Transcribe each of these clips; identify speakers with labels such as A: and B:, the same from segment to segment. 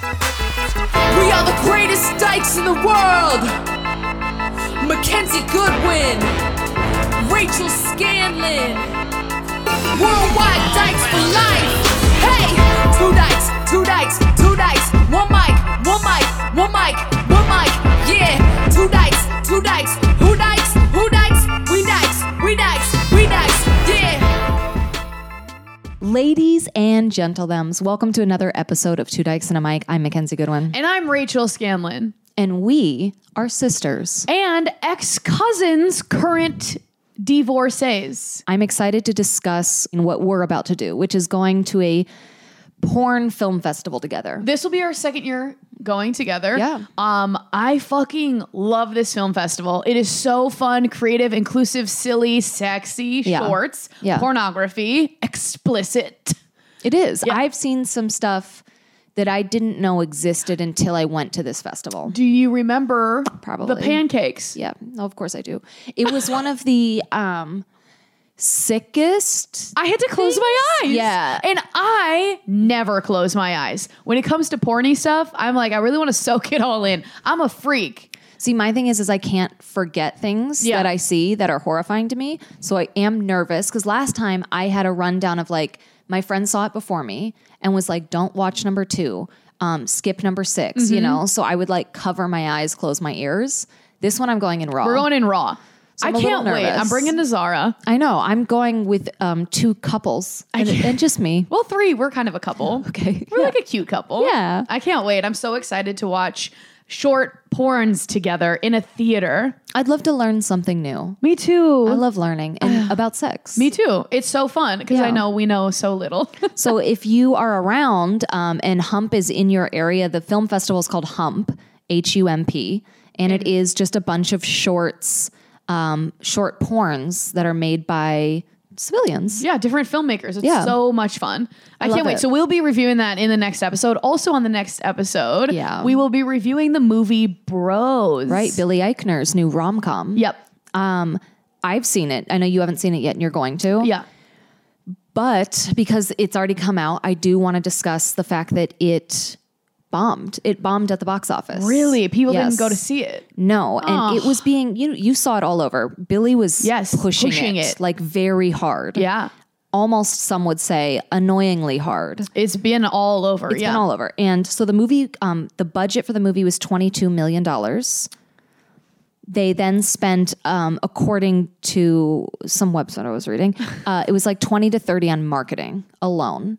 A: We are the greatest dykes in the world. Mackenzie Goodwin, Rachel Scanlon, Worldwide Dykes for Life. Hey, two dykes, two dykes, two dykes, one mic, one mic, one mic, one mic. Yeah, two dykes, two dykes, who dykes, who dykes, we dykes, we dykes, we dykes. Yeah.
B: Ladies and gentlethems, welcome to another episode of Two Dykes and a Mic. I'm Mackenzie Goodwin.
C: And I'm Rachel Scanlon.
B: And we are sisters.
C: And ex cousins, current divorcees.
B: I'm excited to discuss what we're about to do, which is going to a porn film festival together.
C: This will be our second year going together.
B: Yeah.
C: Um, I fucking love this film festival. It is so fun, creative, inclusive, silly, sexy,
B: Yeah.
C: shorts,
B: Yeah.
C: pornography, explicit.
B: It is. I've seen some stuff that I didn't know existed until I went to this festival.
C: Do you remember
B: Probably.
C: the pancakes?
B: Yeah, no, of course I do. It was one of the um sickest
C: I had to close my eyes.
B: Yeah.
C: And I never close my eyes. When it comes to porny stuff, I'm like, I really want to soak it all in. I'm a freak.
B: See, my thing is, is I can't forget things
C: Yeah.
B: that I see that are horrifying to me. So I am nervous because last time I had a rundown of like my friend saw it before me and was like, "Don't watch number two, um, skip number 6
C: Mm-hmm.
B: You know, so I would like cover my eyes, close my ears. This one I'm going in raw.
C: We're going in raw.
B: I'm a
C: I can't
B: little
C: wait. I'm
B: nervous.
C: bringing the Zara.
B: I know I'm going with um, two couples and, and just me.
C: Well, three. We're kind of a couple.
B: Okay.
C: We're like a cute couple.
B: Yeah.
C: I can't wait. I'm so excited to watch short porns together in a theater.
B: I'd love to learn something new.
C: Me too.
B: I love learning and about sex.
C: me too. It's so fun because
B: Yeah.
C: I know we know so little.
B: So if you are around um, and Hump is in your area, the film festival is called Hump, H U M P, and it is just a bunch of shorts, um, short porns that are made by civilians.
C: yeah, different filmmakers. It's
B: Yeah.
C: so much fun. I,
B: love
C: can't wait.
B: it.
C: So we'll be reviewing that in the next episode. Also on the next episode,
B: Yeah.
C: we will be reviewing the movie Bros.
B: Right, Billy Eichner's new rom com.
C: Yep.
B: Um, I've seen it. I know you haven't seen it yet, and you're going to.
C: Yeah.
B: But because it's already come out, I do want to discuss the fact that it bombed. It bombed at the box office.
C: Really? People
B: Yes.
C: didn't go to see it.
B: No, and it was being you. You saw it all over. Billy was
C: Ah. Yes,
B: pushing,
C: pushing
B: it,
C: it.
B: like very hard.
C: Yeah.
B: almost some would say annoyingly hard. It's
C: It's been all over. yeah.
B: been all over. And so the movie, um, the budget for the movie was twenty two million dollars. They then spent, um, according to some website I was reading, uh, it was like twenty to thirty on marketing alone,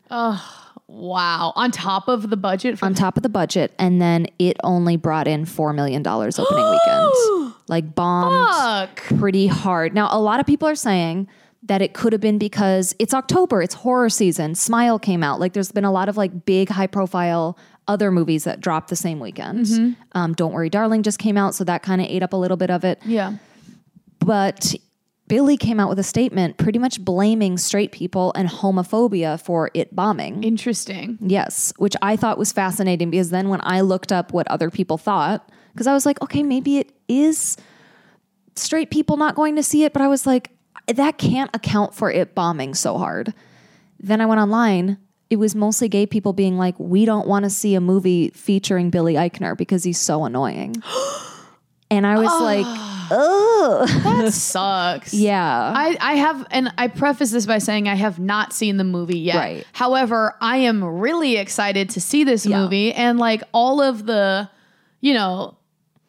C: Wow. On top of the budget for
B: on top of the budget, and then it only brought in four million dollars opening weekend. Like bombed.
C: fuck.
B: pretty hard. Now, a lot of people are saying that it could have been because it's October, it's horror season. Smile came out. Like, there's been a lot of like big, high profile other movies that dropped the same weekend. Um, Don't Worry, Darling just came out, so that kind of ate up a little bit of it.
C: Yeah.
B: But Billy came out with a statement pretty much blaming straight people and homophobia for it bombing.
C: Interesting.
B: Yes, which I thought was fascinating because then when I looked up what other people thought, because I was like, okay, maybe it is straight people not going to see it, but I was like, that can't account for it bombing so hard. Then I went online. It was mostly gay people being like, we don't want to see a movie featuring Billy Eichner because he's so annoying. and I was like, oh,
C: That sucks.
B: yeah.
C: I, I have, and I preface this by saying I have not seen the movie yet.
B: Right.
C: However, I am really excited to see this movie and like all of the, you know,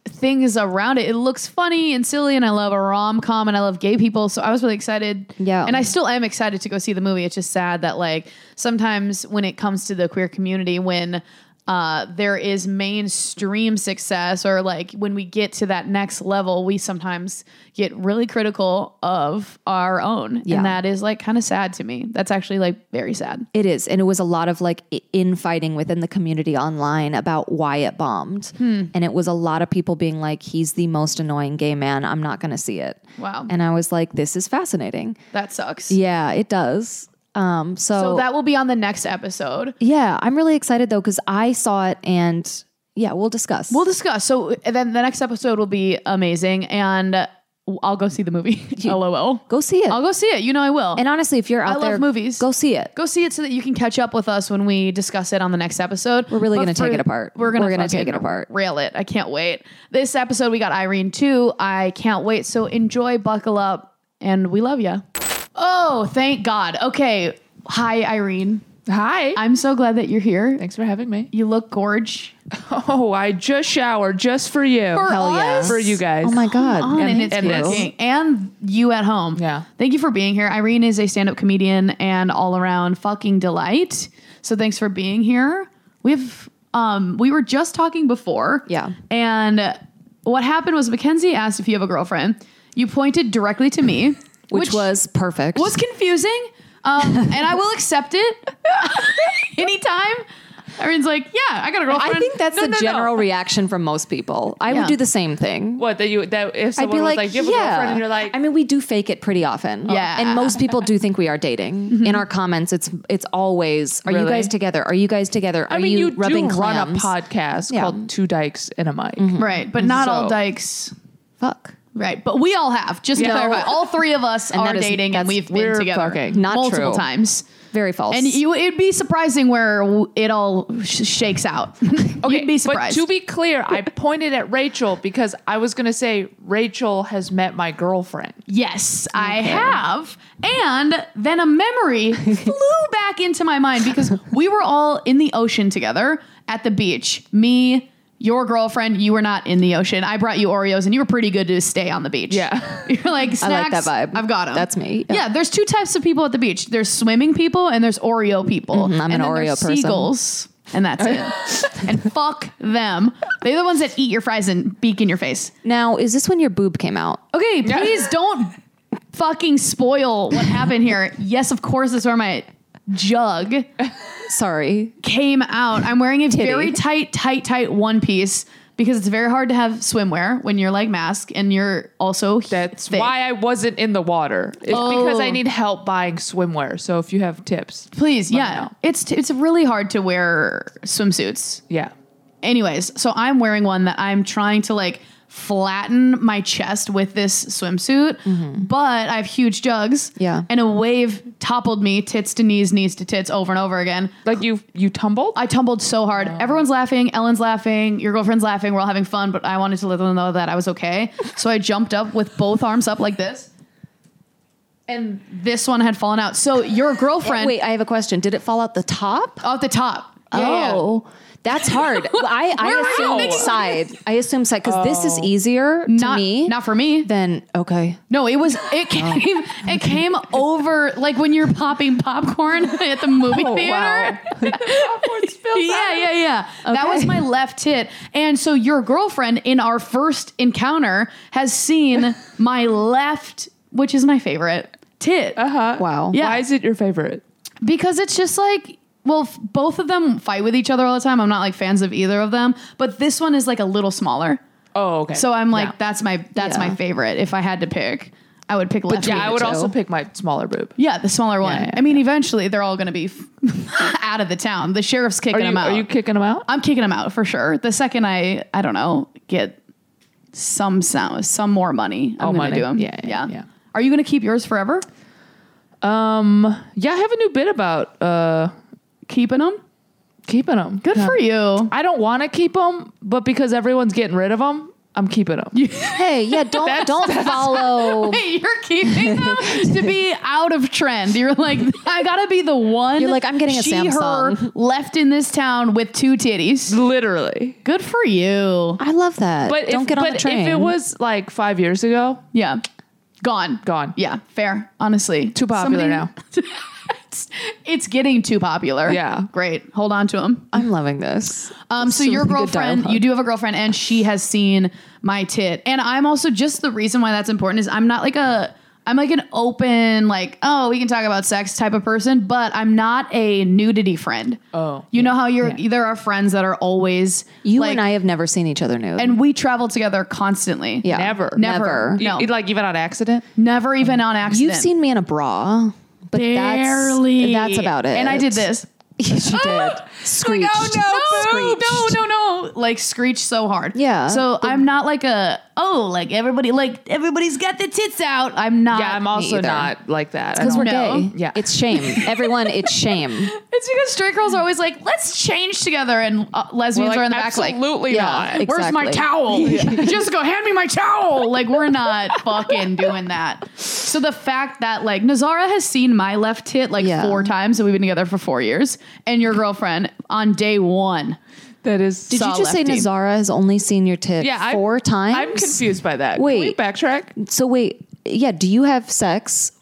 C: things around it. It looks funny and silly, and I love a rom com and I love gay people. So I was really excited.
B: Yeah.
C: And I still am excited to go see the movie. It's just sad that like sometimes when it comes to the queer community, when uh, there is mainstream success, or like when we get to that next level, we sometimes get really critical of our own,
B: Yeah.
C: and that is like kind of sad to me. That's actually like very sad.
B: It is. And it was a lot of like i- infighting within the community online about why it bombed.
C: Hmm.
B: And it was a lot of people being like, he's the most annoying gay man. I'm not going to see it.
C: Wow,
B: And I was like, this is fascinating.
C: that sucks.
B: Yeah, it does. Um, so,
C: So that will be on the next episode.
B: yeah, I'm really excited though, because I saw it and yeah, we'll discuss.
C: We'll discuss. So then the next episode will be amazing. And I'll go see the movie. LOL.
B: Go see it.
C: I'll go see it. You know I will.
B: and honestly, if you're out
C: I love
B: there,
C: movies.
B: Go see it.
C: go see it so that you can catch up with us when we discuss it on the next episode. We're
B: really gonna take it apart.
C: We're gonna,
B: We're gonna
C: fucking
B: take it apart.
C: Rail it. I can't wait. This episode we got Irene too. I can't wait. So enjoy, buckle up, and we love you. Oh, thank God. Okay. Hi, Irene.
D: Hi.
C: I'm so glad that you're here.
D: Thanks for having me.
C: You look gorge.
D: Oh, I just showered just for you. For
B: Hell yeah.
D: For you guys.
B: Oh my god.
C: on, and it's
D: and this.
C: working. And you at home.
D: Yeah.
C: Thank you for being here. Irene is a stand up comedian and all around fucking delight. So thanks for being here. We've, um, we were just talking before.
B: Yeah.
C: And what happened was Mackenzie asked if you have a girlfriend. You pointed directly to me,
B: Which, was perfect.
C: was confusing. Um, and I will accept it anytime. Irene's like, yeah, I got a girlfriend.
B: I think that's
D: No,
B: the
D: no, no.
B: general reaction from most people. I
C: Yeah.
B: would do the same thing.
D: What that you that if
B: I'd
D: someone
B: be
D: was
B: like,
D: like, "Do you have a
B: yeah.
D: girlfriend?" and you're like,
B: I mean, we do fake it pretty often.
C: Yeah.
B: and most people do think we are dating. In our comments, it's it's always, "Are you
D: Mm-hmm. Really?
B: guys together? Are you guys together? Are
D: I mean,
B: you,
D: you,
B: rubbing
D: do run a
B: clams?"
D: podcast
B: Yeah.
D: called Two Dykes and a Mic.
C: right. But not all
D: So-
C: dykes
B: Fuck.
C: Right, but we all have. Just to
D: Yeah.
C: clarify, all three of us are
B: that is-
C: dating,
B: that's-
C: and we've been
D: we're
C: together
D: fucking. Not
C: multiple
B: true.
C: times.
B: Very false.
C: And you, it'd be surprising where w- it all sh- shakes out. you'd be surprised.
D: But to be clear, I pointed at Rachel because I was going to say Rachel has met my girlfriend.
C: yes, I have. And then a memory flew back into my mind because we were all in the ocean together at the beach. Me, your girlfriend, you were not in the ocean. I brought you Oreos, and you were pretty good to stay on the beach.
D: Yeah.
C: you're like snacks.
B: I like that vibe.
C: I've got them.
B: That's me.
C: Yeah, there's two types of people at the beach. There's swimming people and there's Oreo people.
B: Mm-hmm, I'm
C: and
B: an
C: then
B: Oreo
C: there's
B: person.
C: Seagulls, and that's it. and fuck them. They're the ones that eat your fries and beak in your face.
B: Now, is this when your boob came out?
C: Okay, please don't fucking spoil what happened here. Yes, of course, that's where my jug
B: Sorry.
C: came out. I'm wearing a
B: Titty.
C: very tight, tight, tight one piece because it's very hard to have swimwear when you're like mask and you're also
D: That's
C: thick.
D: why I wasn't in the water. It's because I need help buying swimwear. So if you have tips,
C: Please,
D: me
C: yeah,
D: know.
C: it's it's really hard to wear swimsuits.
D: yeah.
C: anyways, so I'm wearing one that I'm trying to like flatten my chest with this swimsuit, but I have huge jugs.
B: Mm-hmm. Yeah.
C: And a wave toppled me tits to knees, knees to tits over and over again.
D: Like you you tumbled?
C: I tumbled so hard. Everyone's laughing. Ellen's laughing. Your girlfriend's laughing. We're all having fun, but I wanted to let them know that I was okay. so I jumped up with both arms up like this. And this one had fallen out. So your girlfriend
B: Wait, I have a question. Did it fall out the top?
C: off the top. Yeah, yeah.
B: oh, that's hard. I, I
C: Wow.
B: assume side. I assume side because this
D: Oh.
B: is easier to
C: Not
B: me
C: not for me.
B: than okay.
C: No, it was it
D: Oh.
C: came it came over like when you're popping popcorn at the movie
D: Oh,
C: theater. Yeah, yeah, yeah. That was my left tit. And so your girlfriend in our first encounter has seen my left, which is my favorite tit.
D: Uh-huh.
B: Wow.
C: Yeah.
D: Why is it your favorite?
C: because it's just like well f- both of them fight with each other all the time i'm not like fans of either of them but this one is like a little smaller
D: Oh, okay.
C: so i'm like
D: Yeah.
C: that's my that's
B: Yeah.
C: my favorite if i had to pick i would pick left
D: yeah,
C: between
D: I
C: the
D: would
C: two.
D: also pick my smaller boob.
C: yeah the smaller one
D: yeah,
C: i mean eventually they're all gonna be f- out of the town the sheriff's
D: Are
C: kicking
D: you,
C: them out
D: are you kicking them out?
C: i'm kicking them out for sure the second i i don't know get some sound some more money i'm
D: Oh,
C: gonna
D: money.
C: do them
D: Yeah, yeah, yeah.
C: are you gonna keep yours forever
D: Um, Yeah, I have a new bit about uh
C: keeping them
D: keeping them.
C: good for you
D: I don't want to keep them, but because everyone's getting rid of them, I'm keeping them.
B: Hey, yeah, don't don't follow.
C: Hey, you're keeping them to be out of trend. You're like, I gotta be the one.
B: You're like, I'm getting a
C: she, Her
B: Samsung.
C: left in this town with two titties.
D: Literally.
C: Good for you.
B: I love that.
D: But
B: don't
D: if,
B: get on
D: but
B: the train.
D: if it was like five years ago,
C: Yeah, gone,
D: Gone.
C: Yeah, fair. Honestly,
D: too popular now.
C: it's, it's getting too popular.
D: Yeah.
C: great. Hold on to them.
B: I'm loving this.
C: Um, so,
B: So
C: your
B: good
C: girlfriend,
B: dialogue.
C: you do have a girlfriend, and she has seen my tit. And I'm also just the reason why that's important is I'm not like a I'm like an open like oh we can talk about sex type of person, but I'm not a nudity friend.
D: Oh.
C: you know how you're there are friends that are always
B: You
C: like,
B: and I have never seen each other nude.
C: and we travel together constantly.
B: yeah,
D: Never.
C: never,
B: never.
C: no,
D: E- like even on accident.
C: never even on accident.
B: You've seen me in a bra, but that's
C: barely.
B: that's about it.
C: And I did this.
B: she did. Screeched.
C: no,
B: Screeched.
D: Oh,
C: no, no, no, like screech so hard.
B: Yeah.
C: So I'm not like a oh, like everybody, like everybody's got the tits out. I'm not.
D: Yeah, I'm also
B: either.
D: not like that. I
B: Because
D: don't-
B: we're
C: No.
B: gay.
D: Yeah.
B: It's shame. Everyone, it's shame.
C: It's because straight girls are always like, let's change together, and uh, lesbians
D: like,
C: are in the back like,
D: absolutely
B: Yeah,
D: not.
B: ex-
C: where's my
B: Exactly.
C: towel? Jessica, hand me my towel. Like we're not fucking doing that. So the fact that like Nazara has seen my left tit like
B: Yeah.
C: four times, and we've been together for four years, and your girlfriend on day one.
D: That is.
B: Did
C: Saw
B: you just say
C: lefty.
B: Nazara has only seen your tit
D: yeah, I'm-
B: four times?
D: I'm confused by that. Can we
B: Wait.
D: backtrack.
B: So wait, yeah. Do you have sex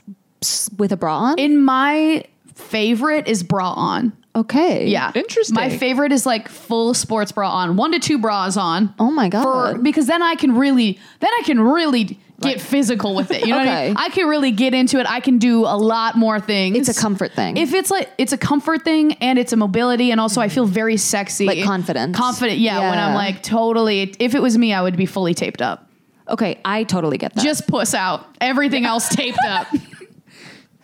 B: s- with a bra on?
C: In my favorite is bra on.
B: okay.
C: Yeah,
D: Interesting.
C: My favorite is like full sports bra on, one to two bras on.
B: Oh my
C: for-
B: god.
C: because then I can really then I can really get physical with it. You know what I mean?
B: Okay.
C: I can really get into it. I can do a lot more things.
B: It's a comfort thing.
C: If it's like it's a comfort thing and it's a mobility and also I feel very sexy.
B: Like confidence.
C: Confident, yeah, when I'm
B: Yeah.
C: like totally if it was me, I would be fully taped up.
B: okay, I totally get that.
C: Just puss out. Everything else taped up.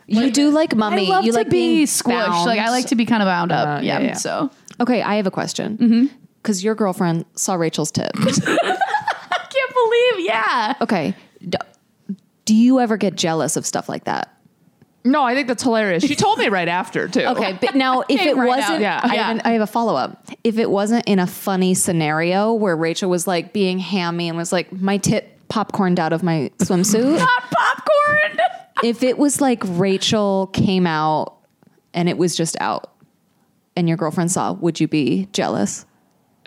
B: you do like
C: I
B: mummy.
C: love
B: You
C: to
B: like
C: be
B: being
C: squished.
B: bound.
C: Like I like to be kind of bound up.
D: Uh,
C: yeah,
D: yeah, yeah.
C: So
B: Okay, I have a question. Cause your girlfriend saw Rachel's tit.
C: I can't believe, yeah.
B: okay. D- do you ever get jealous of stuff like that?
D: No, I think that's hilarious. She told me right after too.
B: Okay, but now if it
C: Came right out.
B: wasn't,
D: Yeah.
B: I,
C: Yeah.
B: Have an, I have a follow up. If it wasn't in a funny scenario where Rachel was like being hammy and was like, my tit popcorned out of my swimsuit.
C: Not popcorn.
B: if it was like Rachel came out and it was just out and your girlfriend saw, would you be jealous?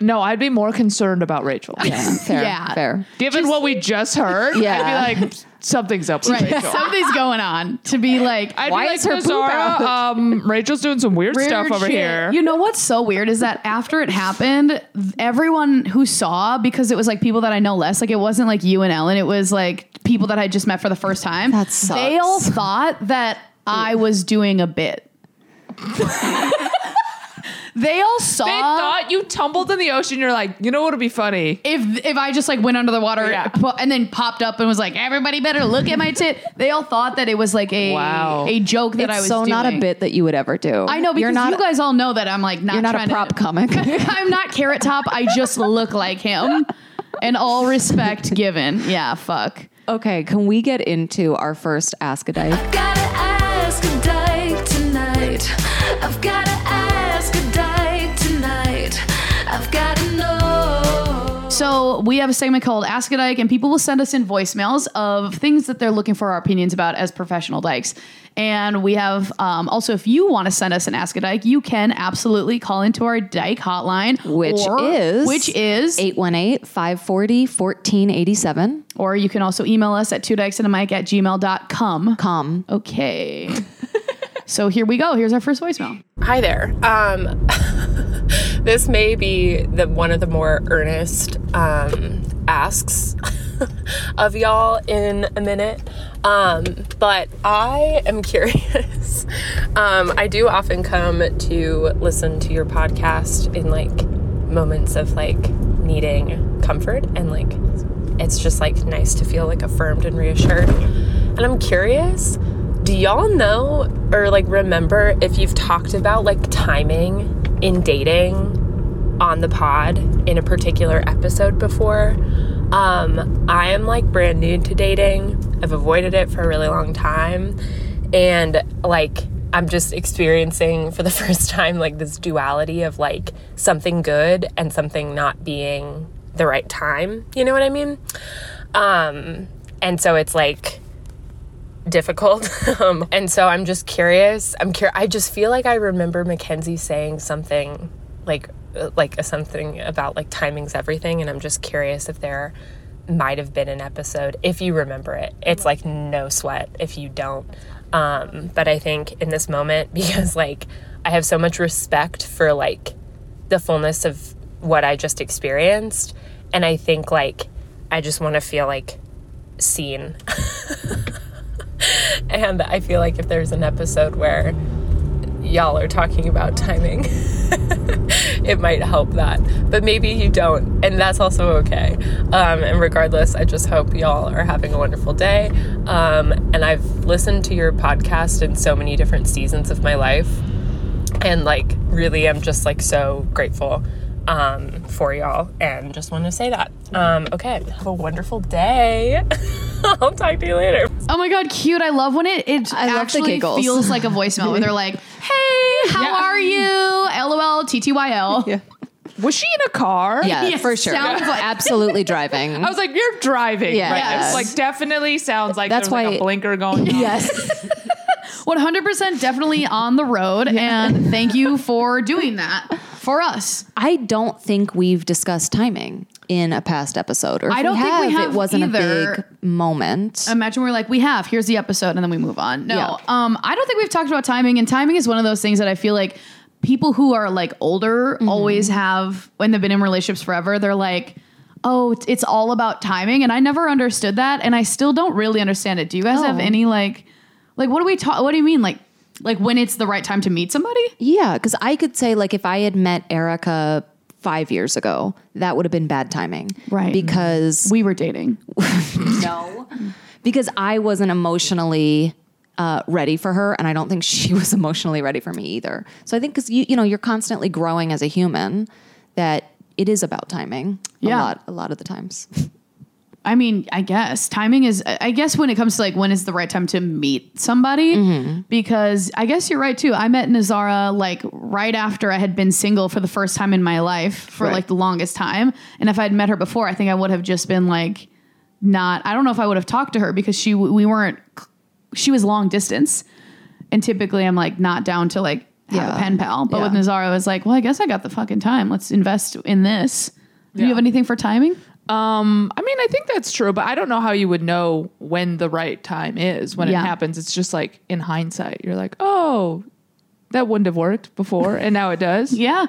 D: No, I'd be more concerned about Rachel.
B: Yeah, fair,
C: Yeah.
B: fair.
D: Given what we just heard,
B: Yeah.
D: I'd be like, something's up with
C: right.
D: Rachel.
C: Something's going on. To be like
D: I'd
B: Why
D: be like,
B: is her poop out?
D: "Nazara, um, Rachel's doing some weird,
C: Weird
D: stuff over
C: shit.
D: here.
C: You know what's so weird is that after it happened, everyone who saw because it was like people that I know less, like it wasn't like you and Ellen, it was like people that I just met for the first time.
B: That sucks.
C: They all thought that I was doing a bit. they all saw
D: they thought you tumbled in the ocean. You're like, you know what would be funny?
C: if if I just like went under the water
D: Yeah.
C: po- and then popped up and was like, everybody better look at my tit. They all thought that it was like a
D: Wow.
C: a joke that
B: It's
C: I was
B: so not a
C: doing.
B: bit that you would ever do.
C: I know because
B: you're not,
C: you guys all know that I'm like not
B: you're not a
C: trying to-
B: prop comic.
C: I'm not carrot top. I just look like him. And all respect given. Yeah, fuck.
B: okay, can we get into our first Ask a Dyke?
A: gotta ask a dyke tonight. I've gotta ask a dyke tonight. I've gotta know.
C: So we have a segment called Ask a Dyke, and people will send us in voicemails of things that they're looking for our opinions about as professional dykes. And we have um, also, if you want to send us an Ask a Dyke, you can absolutely call into our Dyke hotline,
B: Which
C: or-
B: is-
C: which is
B: 818 540 1487.
C: or you can also email us at two dykes and a mic at gmail.com.
B: Calm.
C: Okay. so here we go. Here's our first voicemail.
E: Hi there. Um, this may be the one of the more earnest um, asks of y'all in a minute, um, but I am curious. um, I do often come to listen to your podcast in like moments of like needing comfort and like it's just like nice to feel like affirmed and reassured. And I'm curious, do y'all know or like remember if you've talked about like timing in dating on the pod in a particular episode before? Um, I am like brand new to dating. I've avoided it for a really long time. And like, I'm just experiencing for the first time like this duality of like something good and something not being the right time. You know what I mean? Um, and so it's like, difficult. um, and so I'm just curious. I'm cur- I just feel like I remember Mackenzie saying something like uh, like a something about like timing's everything and I'm just curious if there might have been an episode if you remember it. It's like no sweat if you don't. Um, but I think in this moment because like I have so much respect for like the fullness of what I just experienced and I think like I just want to feel like seen and I feel like if there's an episode where y'all are talking about timing, it might help that. But maybe you don't, and that's also okay. Um, and regardless, I just hope y'all are having a wonderful day. Um, and I've listened to your podcast in so many different seasons of my life, and like really am just like so grateful um, for y'all. And just wanted to say that. Um, okay, have a wonderful day. I'll talk to you later.
C: Oh my god, cute! I love when it it
B: I love the
C: actually
B: giggles.
C: feels like a voicemail where they're like, "Hey, how are you? LOL, TTYL."
D: Was she in a car?
B: Yeah,
C: Yes,
B: for sure.
C: sounds like-
B: Absolutely driving.
D: I was like, you're driving.
B: Yeah.
D: Yeah. Right? now.
B: Yes.
D: Like, definitely sounds like
B: That's
D: that's why
B: why-
D: like a blinker going. on.
B: yes.
C: 100% definitely on the road and thank you for doing that for us.
B: I don't think we've discussed timing in a past episode. Or if
C: I don't
B: we
C: think
B: have,
C: we
B: it
C: have
B: wasn't
C: either. Um,
B: a big moment.
C: Imagine we're like, we have, here's the episode, and then we move on. No,
B: Yeah.
C: um, I don't think we've talked about timing, and timing is one of those things that I feel like people who are like older
B: Mm-hmm.
C: always have, when they've been in relationships forever, they're like, oh, it's- it's all about timing. And I never understood that, and I still don't really understand it. Do you guys have
B: Oh.
C: any like, like, what do we talk, what do you mean? Like, like when it's the right time to meet somebody?
B: yeah, because I could say like if I had met Erica five years ago, that would have been bad timing.
C: Right.
B: Because
C: We were dating.
B: no because i wasn't emotionally uh, ready for her and i don't think she was emotionally ready for me either so i think because you, you know you're constantly growing as a human that it is about timing
C: Yeah.
B: a lot a lot of the times
C: I mean, I guess timing is. I I guess when it comes to like when is the right time to meet somebody,
B: Mm-hmm.
C: because I guess you're right too. I met Nazara like right after I had been single for the first time in my life for
B: Right.
C: like the longest time, and if I'd met her before, I think I would have just been like, not. I don't know if I would have talked to her because she we weren't. She was long distance, and typically I'm like not down to like have
B: Yeah.
C: a pen pal. But with
B: Yeah.
C: Nazara, I was like, well, I guess I got the fucking time. Let's invest in this. Do you have anything for timing?
D: I mean, I think that's true, but I don't know how you would know when the right time is when
C: Yeah.
D: it happens. It's just like in hindsight, you're like, oh, that wouldn't have worked before, and now it does.
C: Yeah.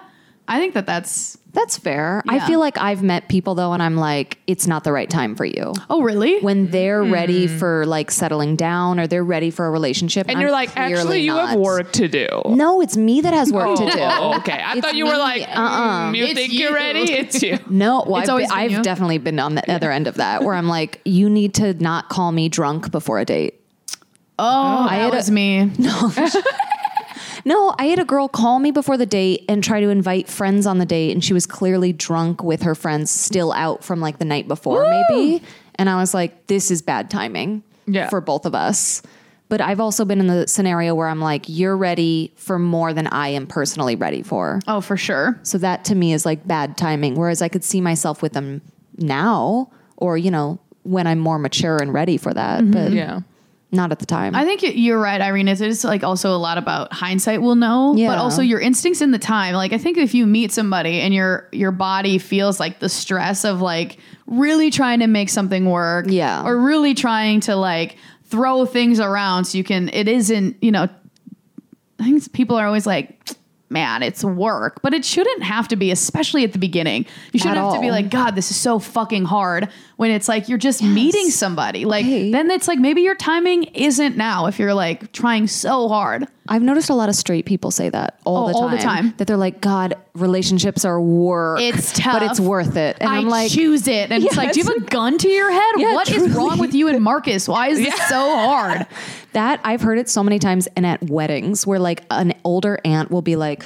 C: I think that that's
B: that's fair i
C: Yeah.
B: feel like i've met people though and i'm like it's not the right time for you
C: Oh, really?
B: when they're ready for like settling down or they're ready for a relationship
D: Mm-hmm. And
B: I'm
D: you're like,
B: clearly
D: actually, you have
B: not."
D: work to do.
B: no it's me that has work
D: Oh,
B: to do
D: oh, okay. I
B: It's
D: thought you were
B: me. Uh-uh.
D: like, mm, you
C: It's
D: think
C: you.
D: you're ready? It's you.
B: No, well,
C: It's
B: I've,
C: always
B: been-
C: been
B: I've
C: you.
B: definitely been on the other end of that where I'm like, you need to not call me drunk before a date.
C: oh,
B: I
C: that
B: had a-
C: was me.
B: No, I had a girl call me before the date and try to invite friends on the date, and she was clearly drunk with her friends still out from like the night before, maybe. And I was like, this is bad timing
D: Yeah.
B: for both of us. But I've also been in the scenario where I'm like, you're ready for more than I am personally ready for.
C: Oh, for sure.
B: So that to me is like bad timing. Whereas I could see myself with them now or, you know, when I'm more mature and ready for that, but
D: Yeah.
B: not at the time.
C: Mm-hmm. I think you- you're right, Irene. It's just like also a lot about hindsight will know,
B: Yeah.
C: but also your instincts in the time. Like I think if you meet somebody and your your body feels like the stress of like really trying to make something work,
B: Yeah.
C: or really trying to like throw things around so you can. It isn't you know. I think it's- people are always like. Man, it's work, but it shouldn't have to be, especially at the beginning. You shouldn't
B: At
C: have to be
B: all.
C: like, God, this is so fucking hard when it's like you're just meeting somebody. Like, then it's like maybe your timing isn't now if you're like trying so hard.
B: I've noticed a lot of straight people say that all,
C: Oh,
B: the, time,
C: all the time.
B: That they're like, God, relationships are work.
C: It's
B: But
C: tough.
B: it's worth it. And I
C: I
B: am like,
C: choose it. And it's like, do you have a gun to your head? What
B: Yeah,
C: is wrong with you and Marcus? Why is this so hard?
B: that I've heard it so many times and at weddings where like an older aunt will be like,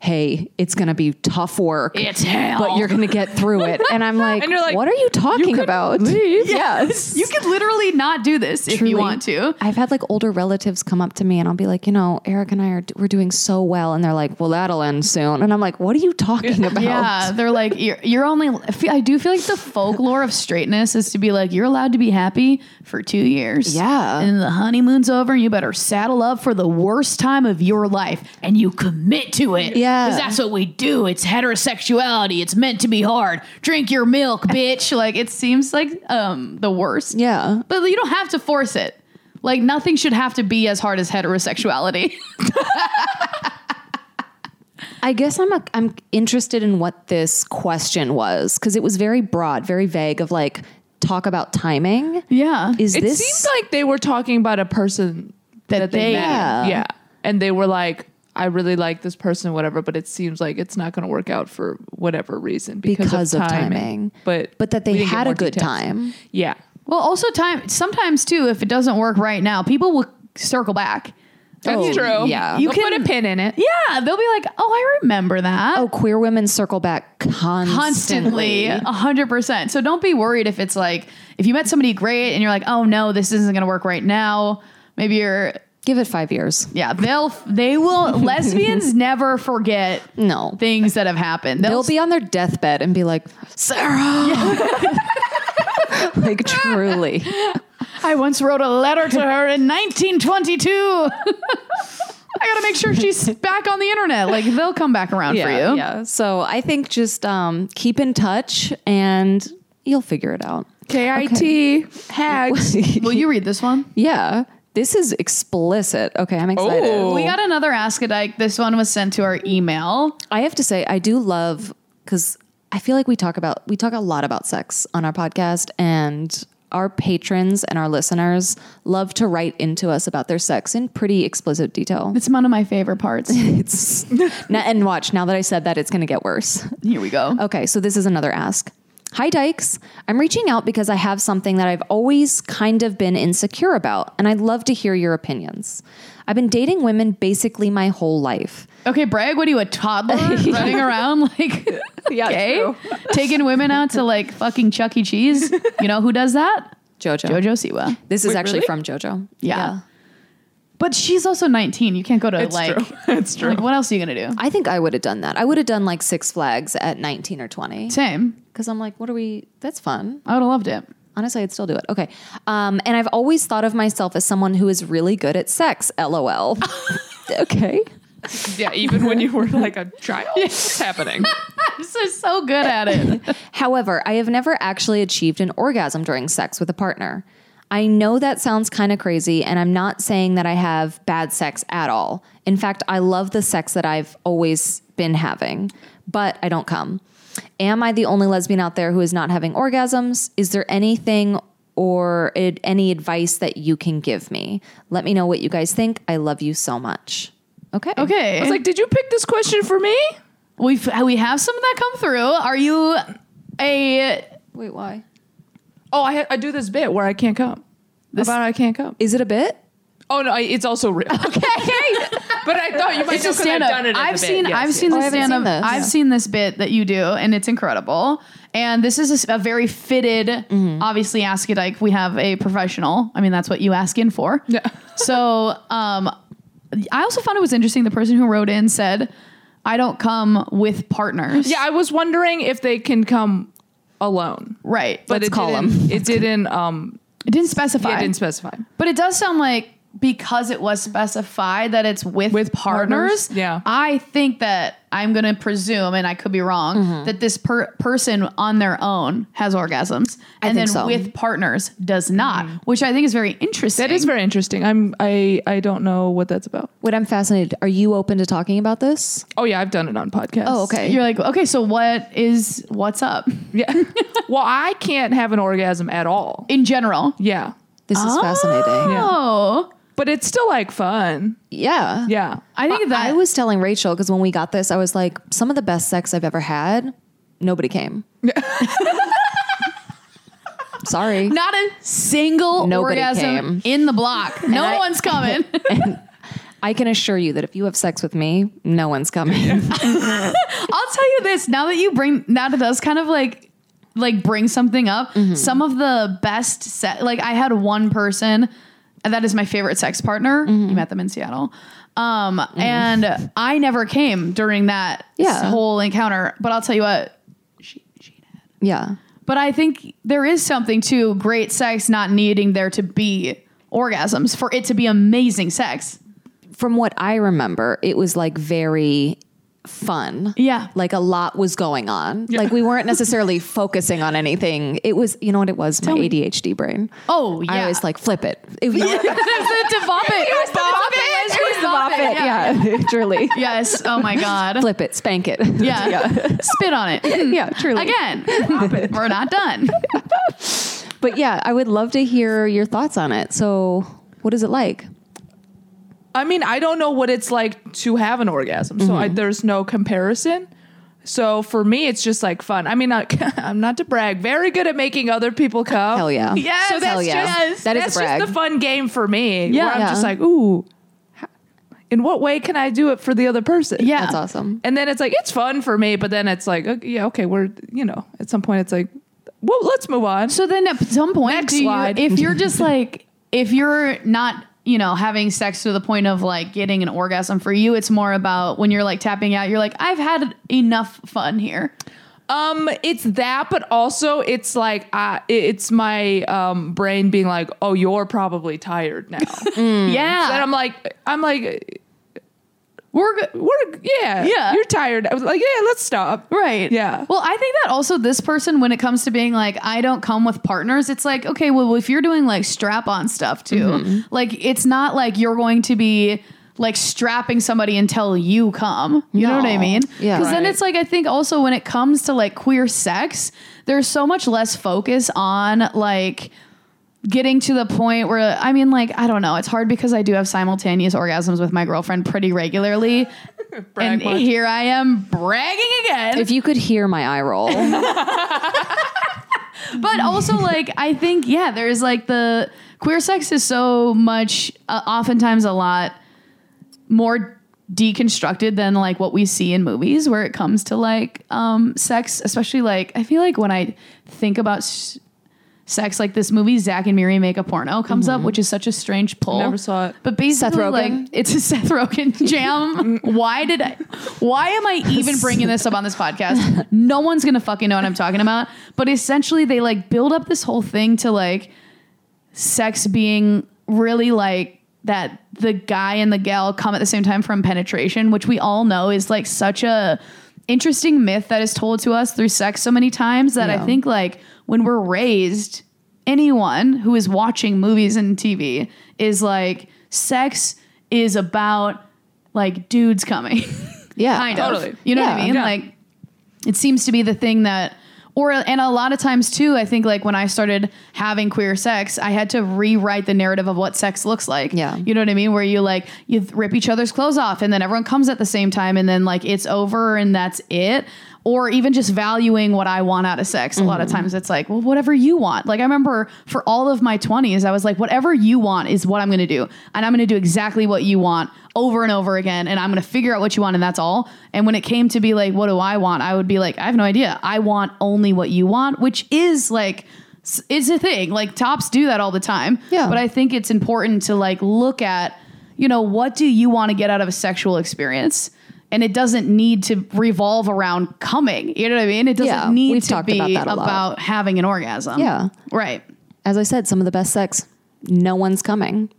B: Hey, it's gonna be tough work.
C: It's hell.
B: But you're gonna get through it. And I'm like,
D: And you're like,
B: What are you talking about? Yes.
C: You could literally not do this if you
B: Truly.
C: want to.
B: I've had like older relatives come up to me and I'll be like, you know, Eric and I are we're doing so well, and they're like, well, that'll end soon, and I'm like, what are you talking about?
C: Yeah, they're like you're, you're only. I feel- I do feel like the folklore of straightness is to be like you're allowed to be happy for two years.
B: Yeah.
C: and the honeymoon's over, and you better saddle up for the worst time of your life, and you commit to it.
B: Yeah.
C: because that's what we do. It's heterosexuality. It's meant to be hard. Drink your milk, bitch. like it seems like um the worst.
B: Yeah.
C: but you don't have to force it. Like nothing should have to be as hard as heterosexuality.
B: I guess I'm a, I'm interested in what this question was because it was very broad, very vague of like talk about timing.
C: yeah,
B: Is
D: It
B: this
D: seems like they were talking about a person
C: that,
D: they met.
B: Yeah.
D: Yeah. And they were like, I really like this person, whatever, but it seems like it's not going to work out for whatever reason because,
B: Because of
D: of, timing.
B: timing.
D: But
B: but that they
D: we didn't get
B: had a
D: more
B: good
D: details.
B: time?
D: Yeah.
C: Well, also time sometimes too, if it doesn't work right now, people will circle back. Oh,
D: That's true.
B: Yeah.
C: You
D: They'll put a pin in it.
C: Yeah, they'll be like, "Oh, I remember that."
B: oh, queer women circle back
C: constantly, a hundred percent. So don't be worried if it's like if you met somebody great and you're like, "Oh no, this isn't going to work right now." Maybe you're
B: Give it five years.
C: yeah, they'll they will lesbians never forget
B: No.
C: things that have happened. They'll,
B: They'll
C: be
B: be on their deathbed and be like, Sarah. like, truly.
C: I once wrote a letter to her in 1922. I got to make sure she's back on the internet. Like they'll come back around for you.
B: Yeah. So I think just um, keep in touch and you'll figure it out.
D: KIT hags.
C: Will you read this one?
B: Yeah. This is explicit. Okay, I'm excited.
D: Oh.
C: We got another Ask a Dyke. This one was sent to our email.
B: I have to say, I do love because I feel like we talk about we talk a lot about sex on our podcast, and our patrons and our listeners love to write into us about their sex in pretty explicit detail.
C: It's one of my favorite parts.
B: It's now, and watch now that I said that, it's going to get worse.
C: Here we go.
B: Okay, so this is another ask. Hi, Dykes. I'm reaching out because I have something that I've always kind of been insecure about, and I'd love to hear your opinions. I've been dating women basically my whole life.
C: Okay, brag. What are you, a toddler running around like,
B: Yeah,
C: okay, taking women out to like fucking Chuck E. Cheese? You know who does that?
B: JoJo.
C: Jojo Siwa.
B: This is
D: Wait,
B: actually
D: really?
B: from JoJo.
C: Yeah. But she's also 19. You can't go to
D: It's
C: like,
D: true. It's true.
C: like, what else are you going to do?
B: I think I would have done that. I would have done like Six Flags at 19 or 20
C: Same.
B: because I'm like, what are we? That's fun.
C: I would have loved it.
B: Honestly, I'd still do it. Okay. Um, and I've always thought of myself as someone who is really good at sex, lol. okay.
D: yeah, even when you were like a child, it's happening.
C: This is so good at it.
B: However, I have never actually achieved an orgasm during sex with a partner. I know that sounds kind of crazy, and I'm not saying that I have bad sex at all. In fact, I love the sex that I've always been having, but I don't come. Am I the only lesbian out there who is not having orgasms? Is there anything or ad- any advice that you can give me? Let me know what you guys think. I love you so much. Okay.
C: Okay.
D: I was like, did you pick this question for me?
C: We've, we have some of that come through. Are you a.
B: Wait, why?
D: Oh, I, I do this bit where I can't come. about I can't come.
B: Is it a bit?
D: Oh no, I, it's also real. Okay, but I thought you
C: It's
D: might
C: a
D: know 'cause I've
C: stand up.
D: done it. as a
C: I've
D: bit.
C: seen
D: Yes,
C: I've
D: yes.
C: seen
B: Oh, I
C: this
B: haven't
C: stand
B: seen
C: up.
B: this.
C: I've
B: Yeah.
C: seen this bit that you do and it's incredible. And this is a s- a, very fitted
D: Mm-hmm.
C: obviously ask a dyke. We have a professional. I mean that's what you ask in for.
D: Yeah.
C: So, um I also found it was interesting the person who wrote in said I don't come with partners.
D: Yeah, I was wondering if they can come alone.
C: Right. But
B: Let's
D: it
B: call
D: didn't- It didn't. Um,
C: it didn't specify.
D: it didn't specify.
C: But it does sound like because it was specified that it's with,
D: With partners,
C: partners,
D: yeah.
C: I think that I'm going to presume, and I could be wrong, that this per- person on their own has orgasms, and
B: think
C: then
B: so.
C: with partners does not, which I think is very interesting.
D: That is very interesting. I'm. I. I don't know what that's about.
B: What I'm fascinated. Are you open to talking about this?
D: Oh yeah, I've done it on podcasts.
B: Oh, okay.
C: You're like, okay, so what is what's up
D: Yeah. well, I can't have an orgasm at all.
C: in general?
D: Yeah,
B: This is fascinating.
D: Yeah.
C: Oh,
D: but it's still like fun.
B: Yeah.
D: Yeah.
C: I think that
B: I was telling Rachel because when we got this, I was like, some of the best sex I've ever had, nobody came. Sorry.
C: not a single
B: Nobody
C: orgasm
B: came.
C: in the block. No
B: I-
C: one's coming.
B: I can assure you that if you have sex with me, no one's coming.
C: I'll tell you this now that you bring now that does kind of like like bring something up.
B: Mm-hmm.
C: Some of the best set like I had one person and that is my favorite sex partner.
B: Mm-hmm.
C: You met them in Seattle. Um and I never came during that
B: Yeah.
C: whole encounter, but I'll tell you what she she
B: yeah.
C: but I think there is something to great sex not needing there to be orgasms for it to be amazing sex.
B: From what I remember, it was like very fun.
C: Yeah.
B: Like a lot was going on. Like we weren't necessarily focusing on anything. It was, you know what it was? my
C: me.
B: ADHD brain.
C: Oh yeah.
B: I always like flip it. It was,
C: to vomit. It was the vomit. It was the vomit. Yeah.
B: yeah, truly.
C: Yes. Oh my God.
B: Flip it, spank it.
C: Yeah. Spit on it.
B: yeah, truly.
C: Again. We're not done.
B: But yeah, I would love to hear your thoughts on it. So, what is it like?
D: I mean, I don't know what it's like to have an orgasm, so
B: Mm-hmm.
D: I, there's no comparison. So for me, it's just like fun. I mean, I, I'm not to brag. Very good at making other people come.
B: Hell yeah.
D: So that's
B: Hell yeah.
D: just
B: That is
D: that's
B: a brag.
D: just the fun game for me.
B: Yeah.
D: where I'm
B: Yeah.
D: just like, ooh, in what way can I do it for the other person?
C: Yeah.
B: That's awesome.
D: And then it's like, it's fun for me, but then it's like, okay, yeah, okay, we're, you know, at some point it's like, well, let's move on.
C: So then at some point, do you-
D: slide.
C: if you're just like, if you're not, you know, having sex to the point of like getting an orgasm for you, it's more about when you're like tapping out, you're like, I've had enough fun here.
D: Um, it's that, but also it's like, I, it's my um, brain being like, oh, you're probably tired now.
C: Yeah.
D: And I'm like, I'm like,
C: we're good.
D: we're, yeah,
C: Yeah.
D: you're tired. I was like, yeah, let's stop.
C: Right.
D: Yeah.
C: Well, I think that also this person, when it comes to being like, I don't come with partners, it's like, okay, well, if you're doing like strap on stuff too,
D: Mm-hmm.
C: like, it's not like you're going to be like strapping somebody until you come. You know what I
B: No.
C: mean?
B: Yeah.
C: Because then
D: Right.
C: it's like, I think also when it comes to like queer sex, there's so much less focus on like, getting to the point where I mean, like, I don't know. It's hard because I do have simultaneous orgasms with my girlfriend pretty regularly. and
D: much.
C: here I am bragging again.
B: If you could hear my eye roll,
C: but also, like, I think, yeah, there's like the queer sex is so much, uh, oftentimes a lot more deconstructed than like what we see in movies where it comes to like um sex especially like i feel like when i think about s- sex like this movie zach and miri make a porno comes up which is such a strange pull
D: Mm-hmm. Never saw it.
C: But basically,
B: Rogen?
C: like it's a Seth Rogen jam. why did I? Why am I even bringing this up on this podcast? No one's gonna fucking know what I'm talking about. But essentially, they like build up this whole thing to like sex being really like that the guy and the gal come at the same time from penetration, which we all know is like such a interesting myth that is told to us through sex so many times that I
B: Yeah.
C: think like when we're raised, anyone who is watching movies and TV is like sex is about like dudes coming.
B: yeah,
C: kind of.
D: Totally.
C: You know what I
B: Yeah.
C: mean?
D: Yeah.
C: Like it seems to be the thing that or and a lot of times too, I think like when I started having queer sex, I had to rewrite the narrative of what sex looks like.
B: Yeah.
C: You know what I mean? Where you like you rip each other's clothes off and then everyone comes at the same time and then like it's over and that's it. Or even just valuing what I want out of sex. A lot of times it's like, well, whatever you want. Like I remember for all of my 20s, I was like, whatever you want is what I'm going to do. And I'm going to do exactly what you want over and over again. And I'm going to figure out what you want and that's all. And when it came to be like, what do I want? I would be like, I have no idea. I want only what you want, which is like, s- is a thing. Like tops do that all the time.
B: Yeah.
C: But I think it's important to like look at, you know, what do you want to get out of a sexual experience? And it doesn't need to revolve around coming. You know what I mean? It doesn't
B: Yeah,
C: need
B: we've
C: to
B: talked
C: be
B: about
C: about,
B: that a lot.
C: having an orgasm.
B: Yeah.
C: Right.
B: as I said, some of the best sex, no one's coming.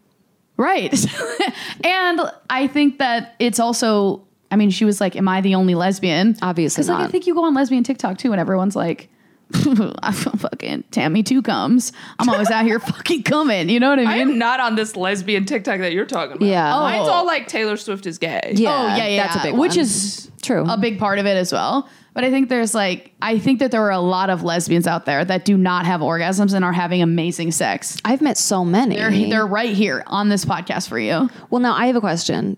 C: Right. and I think that it's also I mean, she was like, Am I the only lesbian?
B: Obviously
C: Because like I
B: not.
C: think you go on lesbian TikTok too and everyone's like I'm fucking Tammy two comes. I'm always out here fucking coming. You know what I mean?
D: I am not on this lesbian TikTok that you're talking about.
B: Yeah. Oh.
D: Mine's all like Taylor Swift is gay.
C: oh yeah, yeah,
B: that's
C: yeah.
B: a big
C: which
B: one.
C: is
B: True.
C: a big part of it as well. But I think there's like I think that there are a lot of lesbians out there that do not have orgasms and are having amazing sex.
B: I've met so many.
C: They're they're right here on this podcast for you.
B: Well, now I have a question.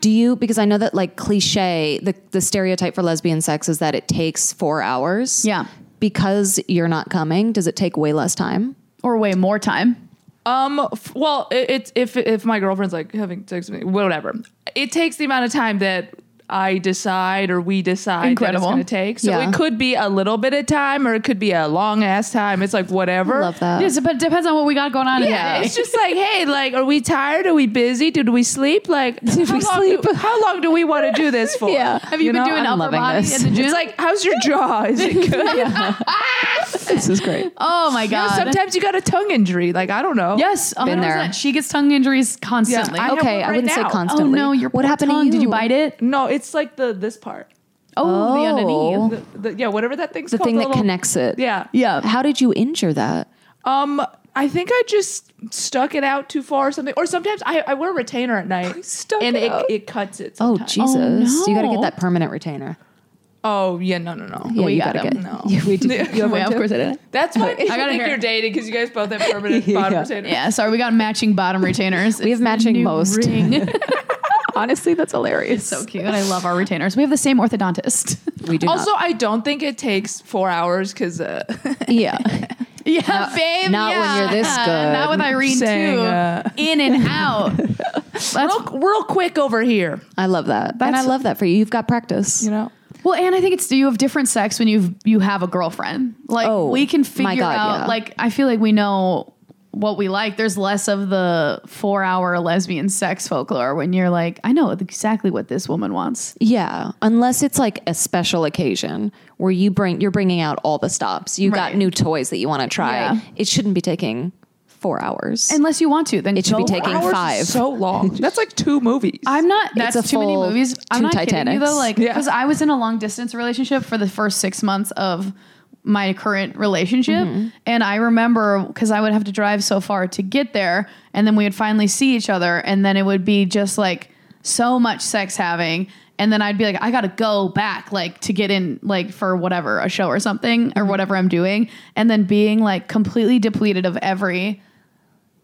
B: Do you because I know that like cliche the the stereotype for lesbian sex is that it takes 4 hours.
C: Yeah.
B: Because you're not coming, does it take way less time?
C: Or way more time.
D: Um. F- well, it, it's if if my girlfriend's like having sex with me, whatever. It takes the amount of time that I decide or we decide
C: Incredible.
D: that it's going to take. So
B: Yeah.
D: it could be a little bit of time, or it could be a long ass time. It's like whatever.
B: Love that.
C: Yes, but it depends on what we got going on in
D: Yeah,
C: that
D: it's just like, hey, like, are we tired? Are we busy? Did we sleep? Like, how,
B: we
D: long
B: sleep?
D: Do, how long do we want to do this for?
B: Yeah.
C: Have you, been
D: know?
C: doing
B: I'm
C: upper
B: loving
C: body
B: this.
C: in the gym?
D: It's like, how's your jaw? Is it good?
B: This is great.
C: oh my god.
D: Sometimes you got a tongue injury. Like, I don't know.
C: yes, 100%.
B: Been there.
C: She gets tongue injuries constantly.
D: I have
B: okay,
D: one
B: I
D: right
B: wouldn't
D: now.
B: say
D: Oh,
C: oh
B: constantly.
C: no, your
B: what
C: poor
B: happened
C: tongue?
B: to you?
C: Did you bite it?
D: No, it's like the this part.
C: Oh, the underneath.
D: The, the, yeah, whatever that thing's
B: The
D: called.
B: thing that
D: little-
B: connects it.
D: Yeah.
C: Yeah.
B: How did you injure that?
D: Um, I think I just stuck it out too far or something. Or sometimes I, I wear a retainer at night
B: Stuck
D: and
B: it
D: it,
B: out.
D: it cuts it.
B: Oh
D: Sometimes.
B: Jesus. You got to
C: no.
B: get that permanent retainer.
D: Oh, yeah, no, no, no.
B: Yeah,
C: We
B: you
C: got
B: gotta
C: him.
B: get.
D: No.
B: Yeah, we do. You have one
C: Wait, of
B: too?
C: course I didn't.
D: That's why I
C: gotta
D: gotta think
C: hear
D: you're
C: it.
D: dating because you guys both have permanent bottom
B: Yeah.
D: retainers.
C: Yeah, sorry, we got matching bottom retainers.
B: We have matching
C: new
B: most.
C: ring.
B: Honestly, that's hilarious.
C: so cute. I love our retainers. We have the same orthodontist.
B: we do.
D: Also,
B: not.
D: I don't think it takes four hours because uh,
B: yeah.
C: yeah, babe.
B: not when you're this
C: yeah. Not
B: good.
C: with Irene
D: Saying,
C: too.
D: uh,
C: In and out.
D: real, real quick over here.
B: I love that. and I
C: That's-
B: love that for you. You've got practice.
D: You know,
C: Well, and I think it's you have different sex when you've you have a girlfriend. Like
B: Oh,
C: we can
B: my
C: figure
B: God,
C: out
B: yeah.
C: like I feel like we know what we like. There's less of the four hour lesbian sex folklore when you're like, I know exactly what this woman wants.
B: Yeah, unless it's like a special occasion where you bring you're bringing out all the stops. You
C: Right.
B: got new toys that you want to try.
C: Yeah.
B: It shouldn't be taking 4 hours.
C: Unless you want to, then
B: It should be
C: go
B: taken Taking
D: Hours is
B: five.
D: so long. That's like two movies.
C: I'm not. That's
B: a
C: too many
B: full
C: movies. I'm
B: two
C: not kidding you
B: Titanics.
C: though. Like
D: Yeah.
C: because I was in a long distance relationship for the first six months of my current relationship,
B: Mm-hmm.
C: and I remember because I would have to drive so far to get there, and then we would finally see each other, and then it would be just like so much sex having. And then I'd be like, I gotta go back, like to get in, like for whatever a show or something
B: Mm-hmm.
C: or whatever I'm doing, and then being like completely depleted of every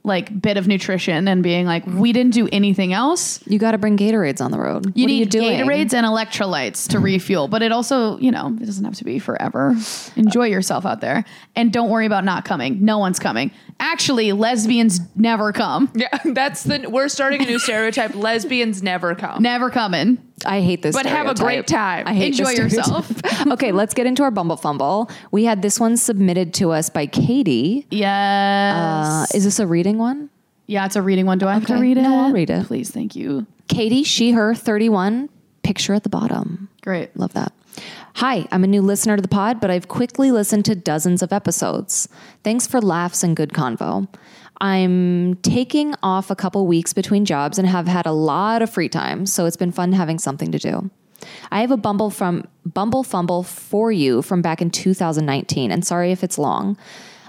C: like bit of nutrition, and being like, we didn't do anything else.
B: you got to bring Gatorades on the road.
C: You
B: what
C: need
B: are you doing?
C: Gatorades and electrolytes to refuel, but it also, you know, it doesn't have to be forever. Enjoy yourself out there, and don't worry about not coming. No one's coming. Actually, lesbians never come.
D: yeah, that's the we're starting a new stereotype. Lesbians never come.
C: Never coming.
B: I hate this.
D: But have a
B: stereotype.
D: great time.
B: I hate this
C: Enjoy yourself.
B: stereotype. okay, let's get into our Bumble Fumble. We had this one submitted to us by Katie.
C: Yes.
B: Uh, is this a reading one?
C: yeah, it's a reading one. Do I have to
B: Okay.
C: read it?
B: No, I'll read it.
C: Please, thank you.
B: Katie, she, her, 31, picture at the bottom.
C: Great.
B: Love that. Hi, I'm a new listener to the pod, but I've quickly listened to dozens of episodes. Thanks for laughs and good convo. I'm taking off a couple weeks between jobs and have had a lot of free time, so it's been fun having something to do. I have a bumble from Bumble Fumble for you from back in 2019, and sorry if it's long.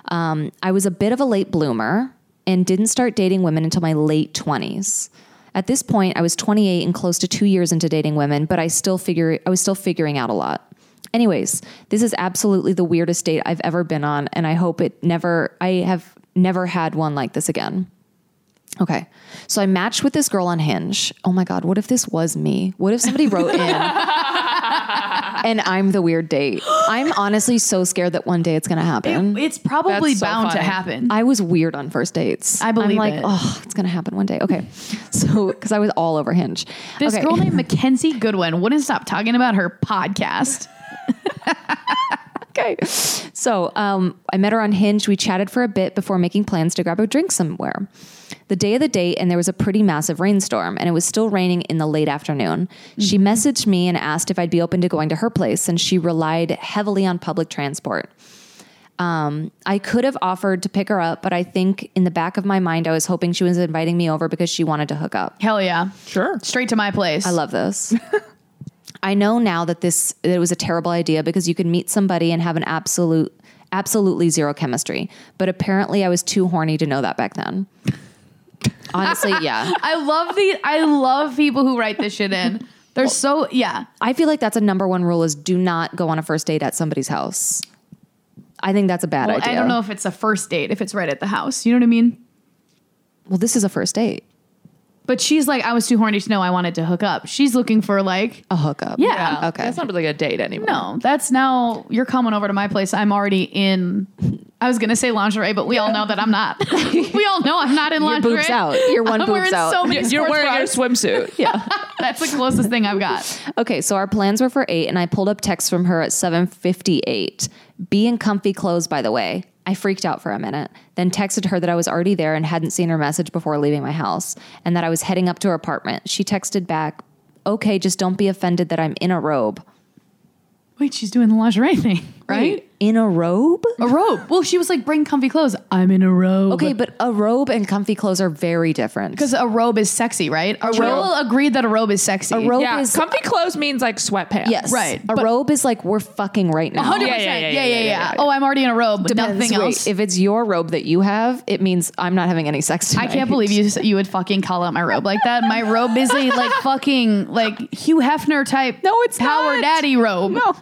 B: Um, I was a bit of a late bloomer and didn't start dating women until my late 20s. At this point, I was 28 and close to two years into dating women, but I still figure I was still figuring out a lot. Anyways, this is absolutely the weirdest date I've ever been on, and I hope it never. I have never had one like this again. Okay. So I matched with this girl on Hinge. Oh my God, what if this was me? What if somebody wrote in and I'm the weird date? I'm honestly so scared that one day it's going to happen.
C: It's probably
D: That's so
C: bound to
D: funny.
C: happen.
B: I was weird on first dates.
C: I believe
B: I'm like,
C: it.
B: oh, it's going to happen one day. Okay. So, because I was all over Hinge.
C: this
B: Okay.
C: girl named Mackenzie Goodwin wouldn't stop talking about her podcast.
B: okay. So um, I met her on Hinge. We chatted for a bit before making plans to grab a drink somewhere. The day of the date, and there was a pretty massive rainstorm, and it was still raining in the late afternoon. She
C: Mm-hmm.
B: messaged me and asked if I'd be open to going to her place since she relied heavily on public transport. Um, I could have offered to pick her up, but I think in the back of my mind, I was hoping she was inviting me over because she wanted to hook up.
C: Hell yeah.
D: sure.
C: Straight to my place.
B: I love this. I know now that this that it was a terrible idea because you could meet somebody and have an absolute absolutely zero chemistry. But apparently I was too horny to know that back then. Honestly, yeah.
C: I love the I love people who write this shit in. They're so yeah.
B: I feel like that's a number one rule is do not go on a first date at somebody's house. I think that's a bad
C: Well,
B: idea.
C: I don't know if it's a first date if it's right at the house. You know what I mean?
B: Well, this is a first date.
C: But she's like, I was too horny to know I wanted to hook up. She's looking for like,
B: A hookup.
C: yeah,
B: Okay.
D: That's not really a date anymore.
C: no, that's now you're coming over to my place. I'm already in. I was gonna say lingerie, but we all know that I'm not. we all know I'm not in
B: Your
C: lingerie.
B: boobs out. Your one
C: I'm
B: boobs
C: wearing
B: out.
C: so many
D: You're
C: sports
D: wearing
C: bras.
D: your swimsuit.
B: yeah.
C: That's the closest thing I've got.
B: Okay, so our plans were for eight, and I pulled up texts from her at seven fifty-eight. Be in comfy clothes, by the way. I freaked out for a minute, then texted her that I was already there and hadn't seen her message before leaving my house, and that I was heading up to her apartment. She texted back, "Okay, just don't be offended that I'm in a robe,
C: Wait, she's doing the lingerie thing, right?
B: In a robe?
C: A robe. Well, she was like, bring comfy clothes. I'm in a robe.
B: Okay, but a robe and comfy clothes are very different.
C: Because a robe is sexy, right? A robe agreed that a robe is sexy.
B: a robe
D: Yeah,
B: is
D: comfy clothes means like sweatpants.
B: yes,
C: Right,
B: A
C: but-
B: robe is like we're fucking right now.
C: 100%.
D: Yeah,
C: Yeah,
D: yeah,
C: yeah,
D: yeah,
C: yeah,
D: yeah, yeah, yeah.
C: Oh, I'm already in a robe. Nothing
B: Wait,
C: else.
B: If it's your robe that you have, it means I'm not having any sex.
C: I
B: Tonight.
C: can't believe you you would fucking call out my robe like that. My robe is a like fucking like Hugh Hefner type.
D: No, it's
C: power
D: not.
C: daddy robe.
D: No.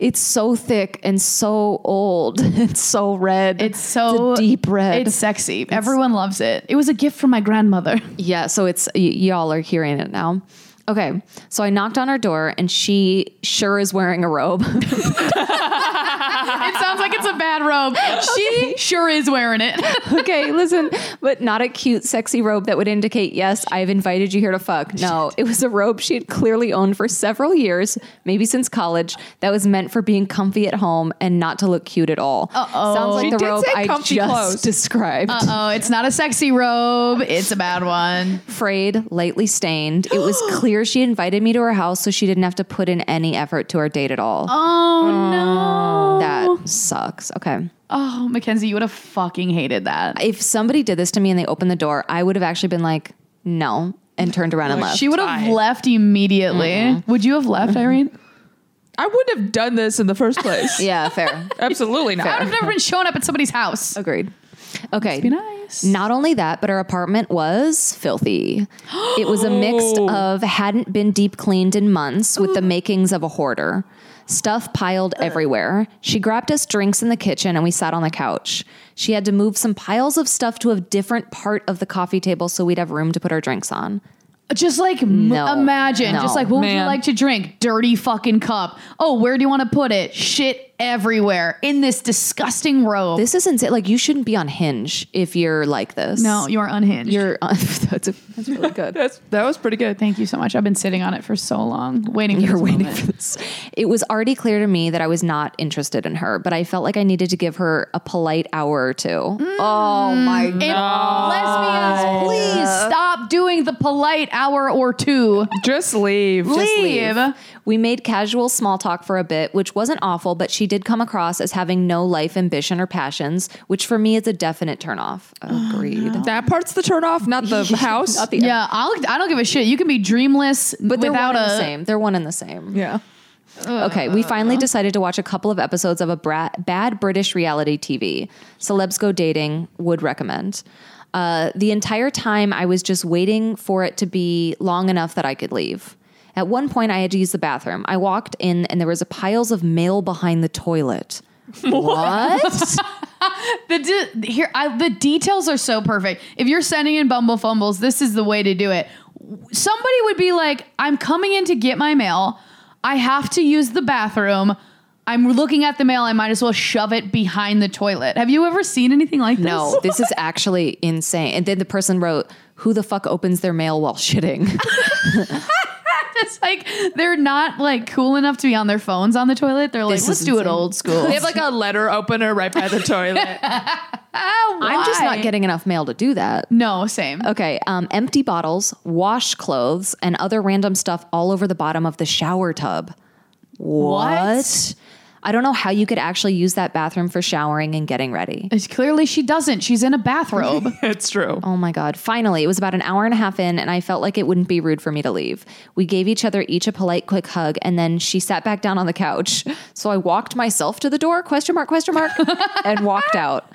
B: It's so thick and so old. It's so red.
C: It's so
B: a deep red.
C: It's sexy. Everyone loves it. It was a gift from my grandmother.
B: yeah, so it's y- y'all are hearing it now. Okay, so I knocked on her door, and she sure is wearing a robe.
C: It sounds like it's a bad robe. She sure is wearing it.
B: okay, listen, but not a cute, sexy robe that would indicate, yes, I've invited you here to fuck. No, it was a robe she had clearly owned for several years, maybe since college, that was meant for being comfy at home and not to look cute at all. Uh-oh. Sounds like
D: She
B: the
D: did
B: robe
D: say
B: I
D: comfy
B: just
D: clothes.
B: described.
C: Oh, it's not a sexy robe. It's a bad one.
B: frayed, lightly stained. It was clear she invited me to her house so she didn't have to put in any effort to our date at all.
C: Oh no.
B: That sucks. Okay.
C: Oh, Mackenzie, you would have fucking hated that.
B: If somebody did this to me and they opened the door, I would have actually been like, no, and turned around and left.
C: Oh, She would have left immediately. Would you have left, Irene?
D: I wouldn't have done this in the first place.
B: yeah, fair.
D: Absolutely not.
C: I've never been shown up at somebody's house.
B: Agreed. Okay.
C: Be nice.
B: Not only that, but her apartment was filthy. It was a mix of hadn't been deep cleaned in months with the makings of a hoarder. Stuff piled everywhere. She grabbed us drinks in the kitchen and we sat on the couch. She had to move some piles of stuff to a different part of the coffee table so we'd have room to put our drinks on.
C: Just like m-
B: No.
C: imagine,
B: No.
C: just like what would you
D: Man.
C: like to drink? Dirty fucking cup. Oh, where do you want to put it? Shit everywhere in this disgusting robe.
B: This is insane. Like, you shouldn't be on Hinge if you're like this.
C: no, you are unhinged.
B: You're that's, a, that's really good.
D: That's, that was pretty good.
C: Thank you so much. I've been sitting on it for so long, waiting. For
B: You're
C: this
B: waiting
C: moment.
B: for this. It was already clear to me that I was not interested in her, but I felt like I needed to give her a polite hour or two.
C: Mm.
B: Oh my
C: If lesbians, please stop doing the polite hour or two.
D: Just leave. Just-
C: leave.
B: We made casual small talk for a bit, which wasn't awful, but she did come across as having no life ambition or passions, which for me is a definite turnoff.
C: Oh,
B: Agreed.
D: that part's the turnoff, not the house.
B: Not the-
C: Yeah, I'll, I don't give a shit. You can be dreamless,
B: But they're
C: without
B: one and
C: a
B: the same. They're one and the same.
D: yeah.
B: Okay, we finally decided to watch a couple of episodes of a bra- bad British reality TV. Celebs Go Dating would recommend. Uh, the entire time, I was just waiting for it to be long enough that I could leave. At one point, I had to use the bathroom. I walked in, and there was a piles of mail behind the toilet. What?
C: The de- here, I, the details are so perfect. If you're sending in Bumble Fumbles, this is the way to do it. Somebody would be like, "I'm coming in to get my mail. I have to use the bathroom. I'm looking at the mail. I might as well shove it behind the toilet." Have you ever seen anything like this?
B: no, this is actually insane. And then the person wrote, "Who the fuck opens their mail while shitting?"
C: it's like they're not like cool enough to be on their phones on the toilet. They're like,
B: This
C: "Let's
B: is
C: do it
B: insane.
C: old school."
D: They have like a letter opener right by the toilet.
B: I'm just
C: Why?
B: not getting enough mail to do that.
C: No, same.
B: Okay, um, empty bottles, wash clothes, and other random stuff all over the bottom of the shower tub. What? I don't know how you could actually use that bathroom for showering and getting ready.
C: It's Clearly, she doesn't. She's in a bathrobe.
D: it's true.
B: Oh my God. Finally, it was about an hour and a half in, and I felt like it wouldn't be rude for me to leave. We gave each other each a polite, quick hug, and then she sat back down on the couch. So I walked myself to the door, question mark, question mark, and walked out.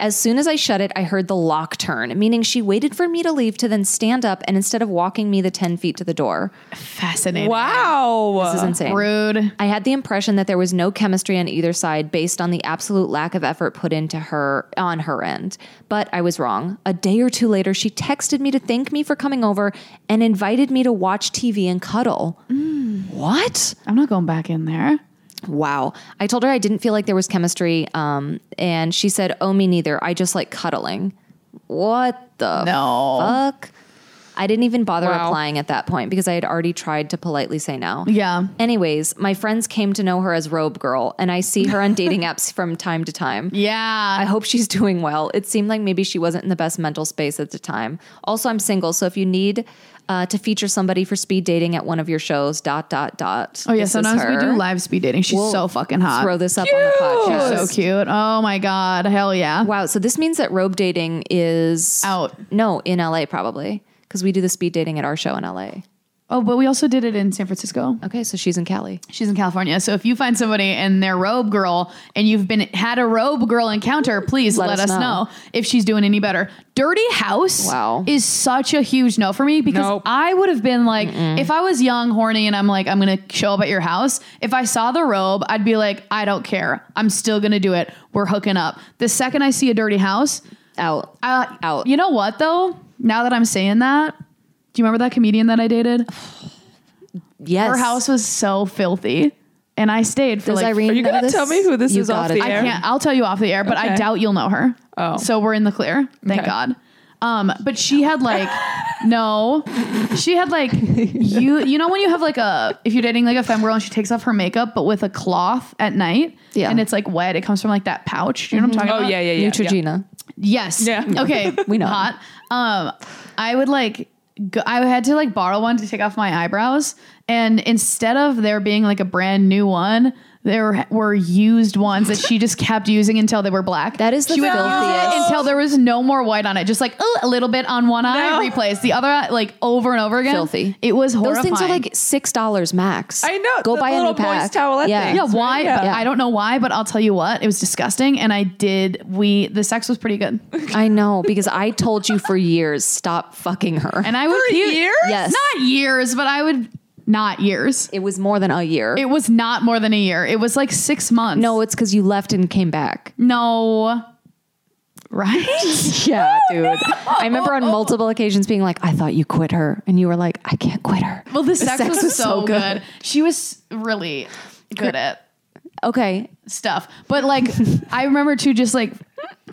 B: As soon as I shut it, I heard the lock turn, meaning she waited for me to leave to then stand up and instead of walking me the 10 feet to the door.
C: Fascinating.
D: Wow.
B: This is insane.
C: Rude.
B: I had the impression that there was no chemistry on either side based on the absolute lack of effort put into her on her end. But I was wrong. A day or two later, she texted me to thank me for coming over and invited me to watch TV and cuddle. What?
C: I'm not going back in there.
B: Wow. I told her I didn't feel like there was chemistry. Um, and she said, Oh, me neither. I just like cuddling. What the
C: No.
B: fuck? I didn't even bother
D: Wow.
B: replying at that point because I had already tried to politely say no.
C: Yeah.
B: Anyways, my friends came to know her as Robe Girl, and I see her on dating apps from time to time.
C: Yeah.
B: I hope she's doing well. It seemed like maybe she wasn't in the best mental space at the time. Also, I'm single, so if you need uh, to feature somebody for speed dating at one of your shows, dot dot dot.
C: oh yeah.
B: this is
C: Sometimes we
B: her.
C: do live speed dating. She's
B: We'll
C: so fucking hot.
B: Throw this up on the podcast.
C: so cute. Oh my god. Hell yeah.
B: Wow. So this means that robe dating is
C: Out.
B: No, in LA probably because we do the speed dating at our show in LA.
C: Oh, but we also did it in San Francisco.
B: Okay, so she's in Cali.
C: She's in California. So if you find somebody and they're robe girl and you've been had a robe girl encounter, please let, us, know. if she's doing any better. Dirty house
B: Wow.
C: is such a huge no for me because
D: Nope.
C: I would have been like, if I was young, horny, and I'm like, I'm gonna show up at your house, if I saw the robe, I'd be like, I don't care. I'm still gonna do it. We're hooking up. The second I see a dirty house,
B: Out.
C: uh,
B: Out.
C: You know what though? Now that I'm saying that, do you remember that comedian that I dated?
B: yes.
C: Her house was so filthy, and I stayed for
B: Does
C: like.
B: Irene
D: Are you
B: know
D: gonna
B: this?
D: tell me who this
B: You
D: is off
B: got it.
D: the
C: I
D: air?
C: can't. I'll tell you off the air, but I
D: Okay.
C: doubt you'll know her.
D: Oh.
C: so we're in the clear. Thank
D: Okay.
C: God. Um, but she had like no, she had like you. You know when you have like a if you're dating like a fem girl and she takes off her makeup but with a cloth at night.
B: Yeah. Mm-hmm.
C: and it's like wet. It comes from like that pouch. Do you know what I'm
D: Oh
C: talking about?
D: yeah, yeah, yeah. yeah.
B: Neutrogena.
C: Yes.
D: Yeah.
C: Okay.
B: We know.
C: Hot. Um, I would like. Go, I had to like borrow one to take off my eyebrows, and instead of there being like a brand new one, there were used ones that she just kept using until they were black.
B: That is the
C: she would use it
B: filthiest.
C: until there was no more white on it. Just like oh, a little bit on one eye,
D: No.
C: replace the other eye, like over and over again.
B: Filthy.
C: It was
B: Those
C: horrifying.
B: things are like six dollars max.
D: I know,
B: Go
D: the
B: buy a new
D: little boys'
B: pack.
D: towelette
B: yeah.
D: things.
C: yeah, why?
D: right,
C: But
B: yeah.
C: I don't know why, but I'll tell you what, it was disgusting, and I did. We the sex was pretty good,
B: I know because I told you for years stop fucking her.
C: and I would
D: Years?
C: puke-
B: yes,
C: not years, but I would not years.
B: it was more than a year.
C: It was not more than a year. It was like six months.
B: no, it's because you left and came back.
C: no, right?
B: Yeah, dude. I remember on multiple occasions being like, I thought you quit her. And you were like, I can't quit her.
C: well, the sex,
B: sex
C: was,
B: was
C: so
B: so
C: good.
B: good.
C: She was really good at
B: Okay.
C: stuff, but like I remember too, just like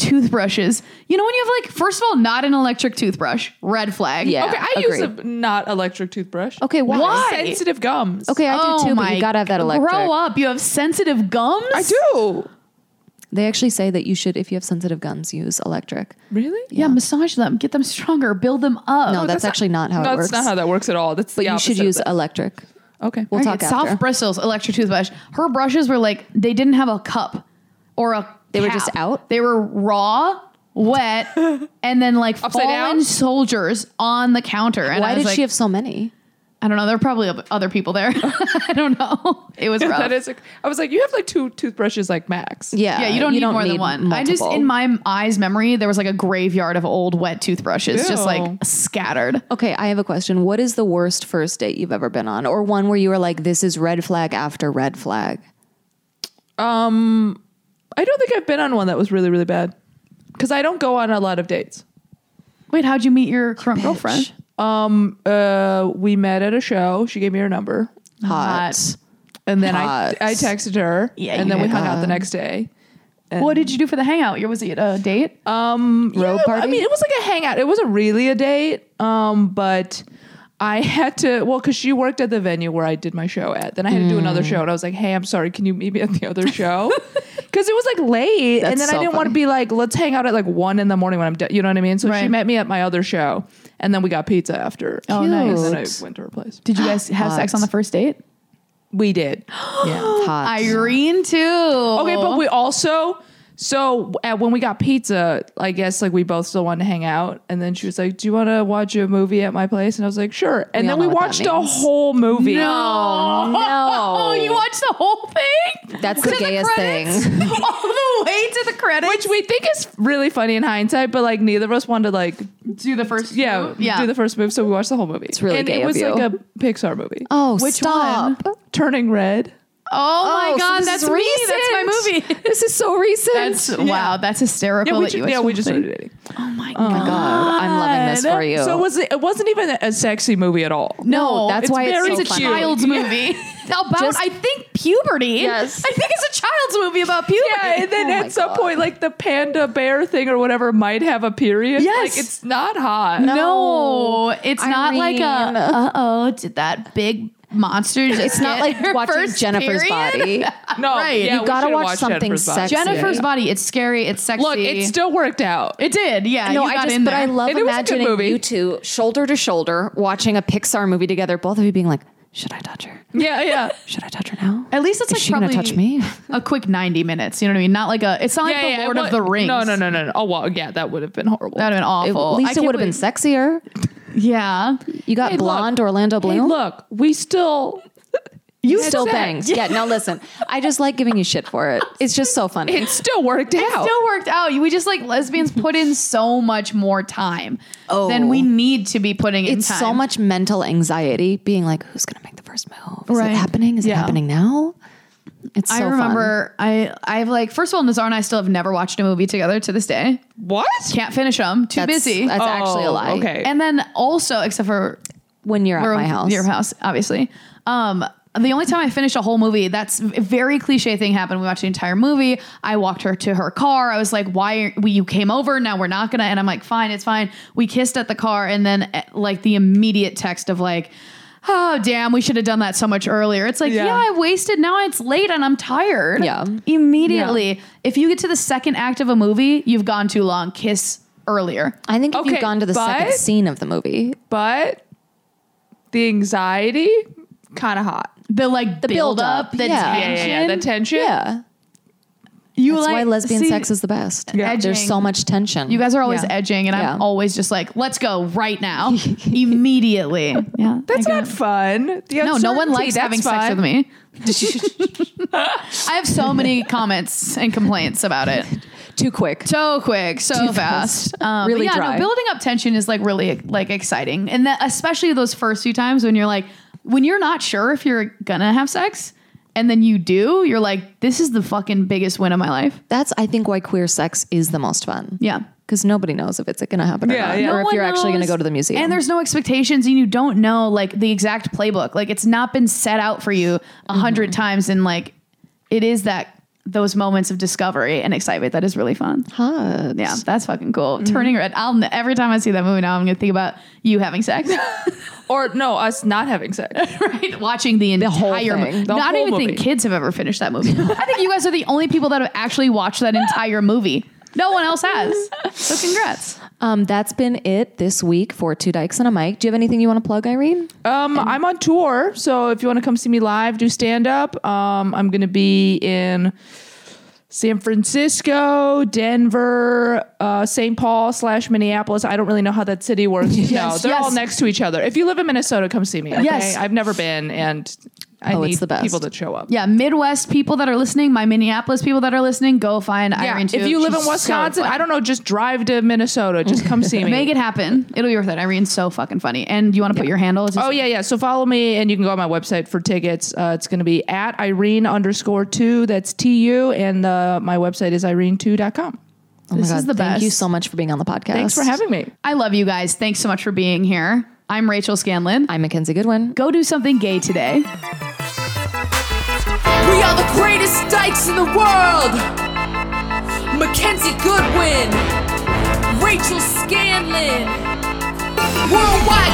C: toothbrushes. You know when you have like, first of all, not an electric toothbrush, red flag.
B: Yeah.
D: Okay, I use
B: agreed.
D: a not electric toothbrush.
B: Okay, why?
C: Why?
D: Sensitive gums.
B: Okay, Oh I do too, but you gotta have that electric.
C: Grow up. You have sensitive gums.
D: I do.
B: They actually say that you should, if you have sensitive gums, use electric.
D: Really?
C: Yeah, massage them, get them stronger, build them up.
B: No, that's, actually not how
D: no,
B: it works.
D: that's not how that works at all. That's
B: but
D: the
B: you should
D: opposite of
B: use
D: that.
B: electric.
D: okay.
B: We'll talk
C: It's
B: after.
C: Soft bristles, electric toothbrush. Her brushes were like they didn't have a cup or a.
B: They were
C: cap.
B: just out?
C: They were raw, wet, and then like
D: Upside
C: fallen
D: down?
C: soldiers on the counter. And
B: Why
C: I was
B: did
C: like,
B: she have so many?
C: I don't know. There were probably ob- other people there. I don't know. It was rough.
D: that is. a- I was like, you have like two toothbrushes, like max.
B: Yeah,
C: yeah, you don't need more than one. I just
B: multiple.
C: in my eyes memory there was like a graveyard of old wet toothbrushes, just
D: Ew.
C: like scattered.
B: Okay, I have a question. What is the worst first date you've ever been on, or one where you were like, "This is red flag after red flag"?
D: I don't think I've been on one that was really, really bad because I don't go on a lot of dates.
C: Wait, how'd you meet your current girlfriend?
D: Uh, we met at a show. She gave me her number,
B: Hot.
C: Hot.
D: and then
B: Hot.
D: I I texted her.
C: Yeah,
D: and
C: you
D: then we
C: did.
D: hung out the next day.
C: What did you do for the hangout? Your was it a date?
B: Road
D: Yeah,
B: party.
D: I mean, it was like a hangout. It wasn't really a date, um, but I had to. Well, because she worked at the venue where I did my show at. Then I had to do another
B: Mm.
D: show, and I was like, "Hey, I'm sorry. Can you meet me at the other show?" Because it was like late, and
B: That's
D: then
B: so
D: I didn't want to
B: funny.
D: be like, "Let's hang out at like one in the morning when I'm done." You know what I mean? So she
C: Right.
D: met me at my other show, and then we got pizza after.
C: Oh,
B: Cute.
C: nice.
D: And then I
B: Cute.
D: went to her place.
C: Did you guys have sex
B: Hot.
C: on the first date?
D: We did.
B: yeah, hot.
C: Irene too.
D: Okay,
C: Okay,
D: but we also so at, when we got pizza, I guess like we both still wanted to hang out, and then she was like, "Do you want to watch a movie at my place?" And I was like, "Sure." And
B: We all
D: then we
B: know what that
D: watched a
B: means.
D: whole movie.
C: no,
B: no.
C: Oh, you watched the whole thing.
B: That's the
C: To
B: gayest
C: credits?
B: thing.
C: All the way to the credits.
D: Which we think is really funny in hindsight, but like neither of us wanted to like
C: do the first?
D: yeah,
C: yeah.
D: do the first move, so we watched the whole movie. It's
B: really
D: and
B: gay
D: it
B: of
D: was
B: you.
D: like a Pixar movie.
B: Oh,
C: Which
B: stop!
D: Turning red.
C: oh my
B: Oh, so
C: god,
B: this
C: that's
B: is
C: me. That's my
B: recent.
C: movie.
B: This is so recent.
C: That's wow. That's hysterical.
D: Yeah, we
C: that
D: just,
C: you
D: yeah, we just
C: explained.
D: started dating.
C: Oh my
B: God,
C: god.
B: I'm loving this for you. Oh,
D: So it was it wasn't even a sexy movie at all.
C: No,
B: that's
C: it's
B: why it's
C: very
B: so
C: it's a
B: funny.
C: child's movie about
B: Just-
C: I think puberty.
B: Yes.
C: I think it's a child's movie about puberty.
D: Yeah, and then
B: Oh my
D: at some
B: God.
D: point, like the panda bear thing or whatever might have a period.
C: Yes.
D: Like it's not hot.
C: No, it's not like a
B: Irene.
C: uh oh, did that big monster just
B: it's not like watching Jennifer's body.
D: no.
C: Right. You
D: we
B: gotta
D: should've
B: watch
D: watched
B: something
D: Jennifer's Body.
B: sexy.
C: Jennifer's
B: Yeah.
C: body, it's scary, it's sexy.
D: Look, it still worked out.
C: It did, yeah.
B: No,
C: you
B: I
C: got
B: just
C: in
B: but I
C: there.
B: love
D: And it was a good
B: imagining
D: movie.
B: you two shoulder to shoulder watching a Pixar movie together. Both of you being like, "Should I touch her?
D: Yeah, yeah.
B: Should I touch her now?
C: At least it's
B: Is
C: like
B: she gonna
C: probably
B: touch me?"
C: a quick ninety minutes. You know what I mean? Not like a. It's not like
D: yeah,
C: the
D: yeah,
C: Lord
D: it
C: of
D: wa-
C: the Rings.
D: No, no, no, no, no. Oh well, yeah, that would have been horrible.
C: That'd have been
B: At
C: awful. I
B: least it
C: can't
B: would have been
C: believe-
B: sexier.
C: Yeah,
B: You got
D: Hey, look.
B: blonde Orlando
D: hey,
B: Bloom.
D: look, we still
B: you still
D: said-
B: bangs. Yeah. Now listen, I just like giving you shit for it. It's just so funny.
D: it still worked out.
C: still worked out. We just like lesbians put in so much more time
B: Oh.
C: than we need to be putting in
B: it's
C: time.
B: so much mental anxiety being like, who's going to make the first move? Is
C: Right.
B: it happening? Is
C: Yeah.
B: it happening now? It's so
C: I remember I I've like first of all Nazar and I still have never watched a movie together to this day.
D: what?
C: Can't finish them. Too
B: fun. That's,
C: busy.
B: That's
D: Oh,
B: actually a lie.
D: okay.
C: and then also except for
B: when you're at
C: Or
B: my house.
C: Your house, obviously. Um, the only time I finished a whole movie, that's a very cliche thing happened. We watched the entire movie. I walked her to her car. I was like, "Why are, we, you came over? Now we're not gonna." And I'm like, "Fine, it's fine." We kissed at the car, and then eh, like the immediate text of like. Oh damn! We should have done that so much earlier. It's like, yeah,
D: Yeah.
C: I wasted. Now it's late and I'm tired.
B: Yeah.
C: immediately. If you get to the second act of a movie, you've gone too long. Kiss earlier.
B: I think if you've
D: Okay,
B: gone to the second
D: but-
B: scene of the movie,
D: but the anxiety kind of hot.
C: The like the build,
B: build-up,
C: up, the
B: yeah.
C: tension.
D: the tension.
B: yeah,
C: You
B: that's
C: like
B: why lesbian
C: see,
B: sex is the best.
D: Yeah.
B: There's so
C: Edging.
B: much tension.
C: You guys are always edging, and
B: Yeah.
C: I'm always just like, let's go right now, immediately. Yeah,
D: That's not fun. The
C: No, no one
D: uncertainty,
C: likes
D: that's
C: having sex
D: fun.
C: with me. I have so many comments and complaints about it.
B: too quick.
C: So quick, so fast. Um, but
B: Really
C: yeah,
B: dry.
C: no, building up tension is like really like exciting, and that especially those first few times when you're like, when you're not sure if you're gonna have sex, and then you do, you're like, this is the fucking biggest win of my life.
B: That's I think why queer sex is the most fun.
C: Yeah.
B: because nobody knows if it's going to happen or
D: Yeah,
B: not,
D: yeah.
B: or
D: No
B: if
C: one
B: you're actually going to
C: knows.
B: go to the museum.
C: And there's no expectations, and you don't know like the exact playbook. Like it's not been set out for you a 100 times, and like it is that those moments of discovery and excitement that is really fun.
B: Hot.
C: Yeah, that's fucking cool. Turning red. I'll n- every time I see that movie now, I'm gonna think about you having sex,
D: Or no, us not having sex.
C: right? Watching the entire
B: whole
C: movie.
B: thing.
D: The
C: I don't
D: whole
C: even think
D: movie.
C: kids have ever finished that movie. I think you guys are the only people that have actually watched that entire movie. No one else has. So congrats.
B: Um, that's been it this week for Two Dykes and a Mic. Do you have anything you want to plug, Irene?
D: Um, I'm on tour, so if you want to come see me live, do stand up. Um, I'm gonna be in San Francisco, Denver, uh, St. Paul slash Minneapolis. I don't really know how that city works. no, they're
C: yes.
D: all next to each other. If you live in Minnesota, come see me. Okay?
C: Yes.
D: I've never been, and I
B: Oh, it's
D: need
B: the best.
D: people to show up.
C: yeah, Midwest people that are listening, my Minneapolis people that are listening, go find
D: Yeah,
C: Irene. Too.
D: if you live
C: She's
D: in
C: so
D: Wisconsin,
C: funny.
D: I don't know, just drive to Minnesota. Just come see me.
C: make it happen. It'll be worth it. Irene's so fucking funny. And you want to put your handle? It's just-
D: Oh yeah, yeah. So follow me, and you can go on my website for tickets. Uh, it's going to be at Irene underscore two. That's T U, and uh, my website is irene2.com.
B: Oh my
C: This
B: God,
C: is the
B: thank you
C: best.
B: so much for being on the podcast.
D: Thanks for having me.
C: I love you guys. Thanks so much for being here. I'm Rachel Scanlon.
B: I'm Mackenzie Goodwin.
C: Go do something gay today.
A: We are the greatest dykes in the world. Mackenzie Goodwin, Rachel Scanlon, worldwide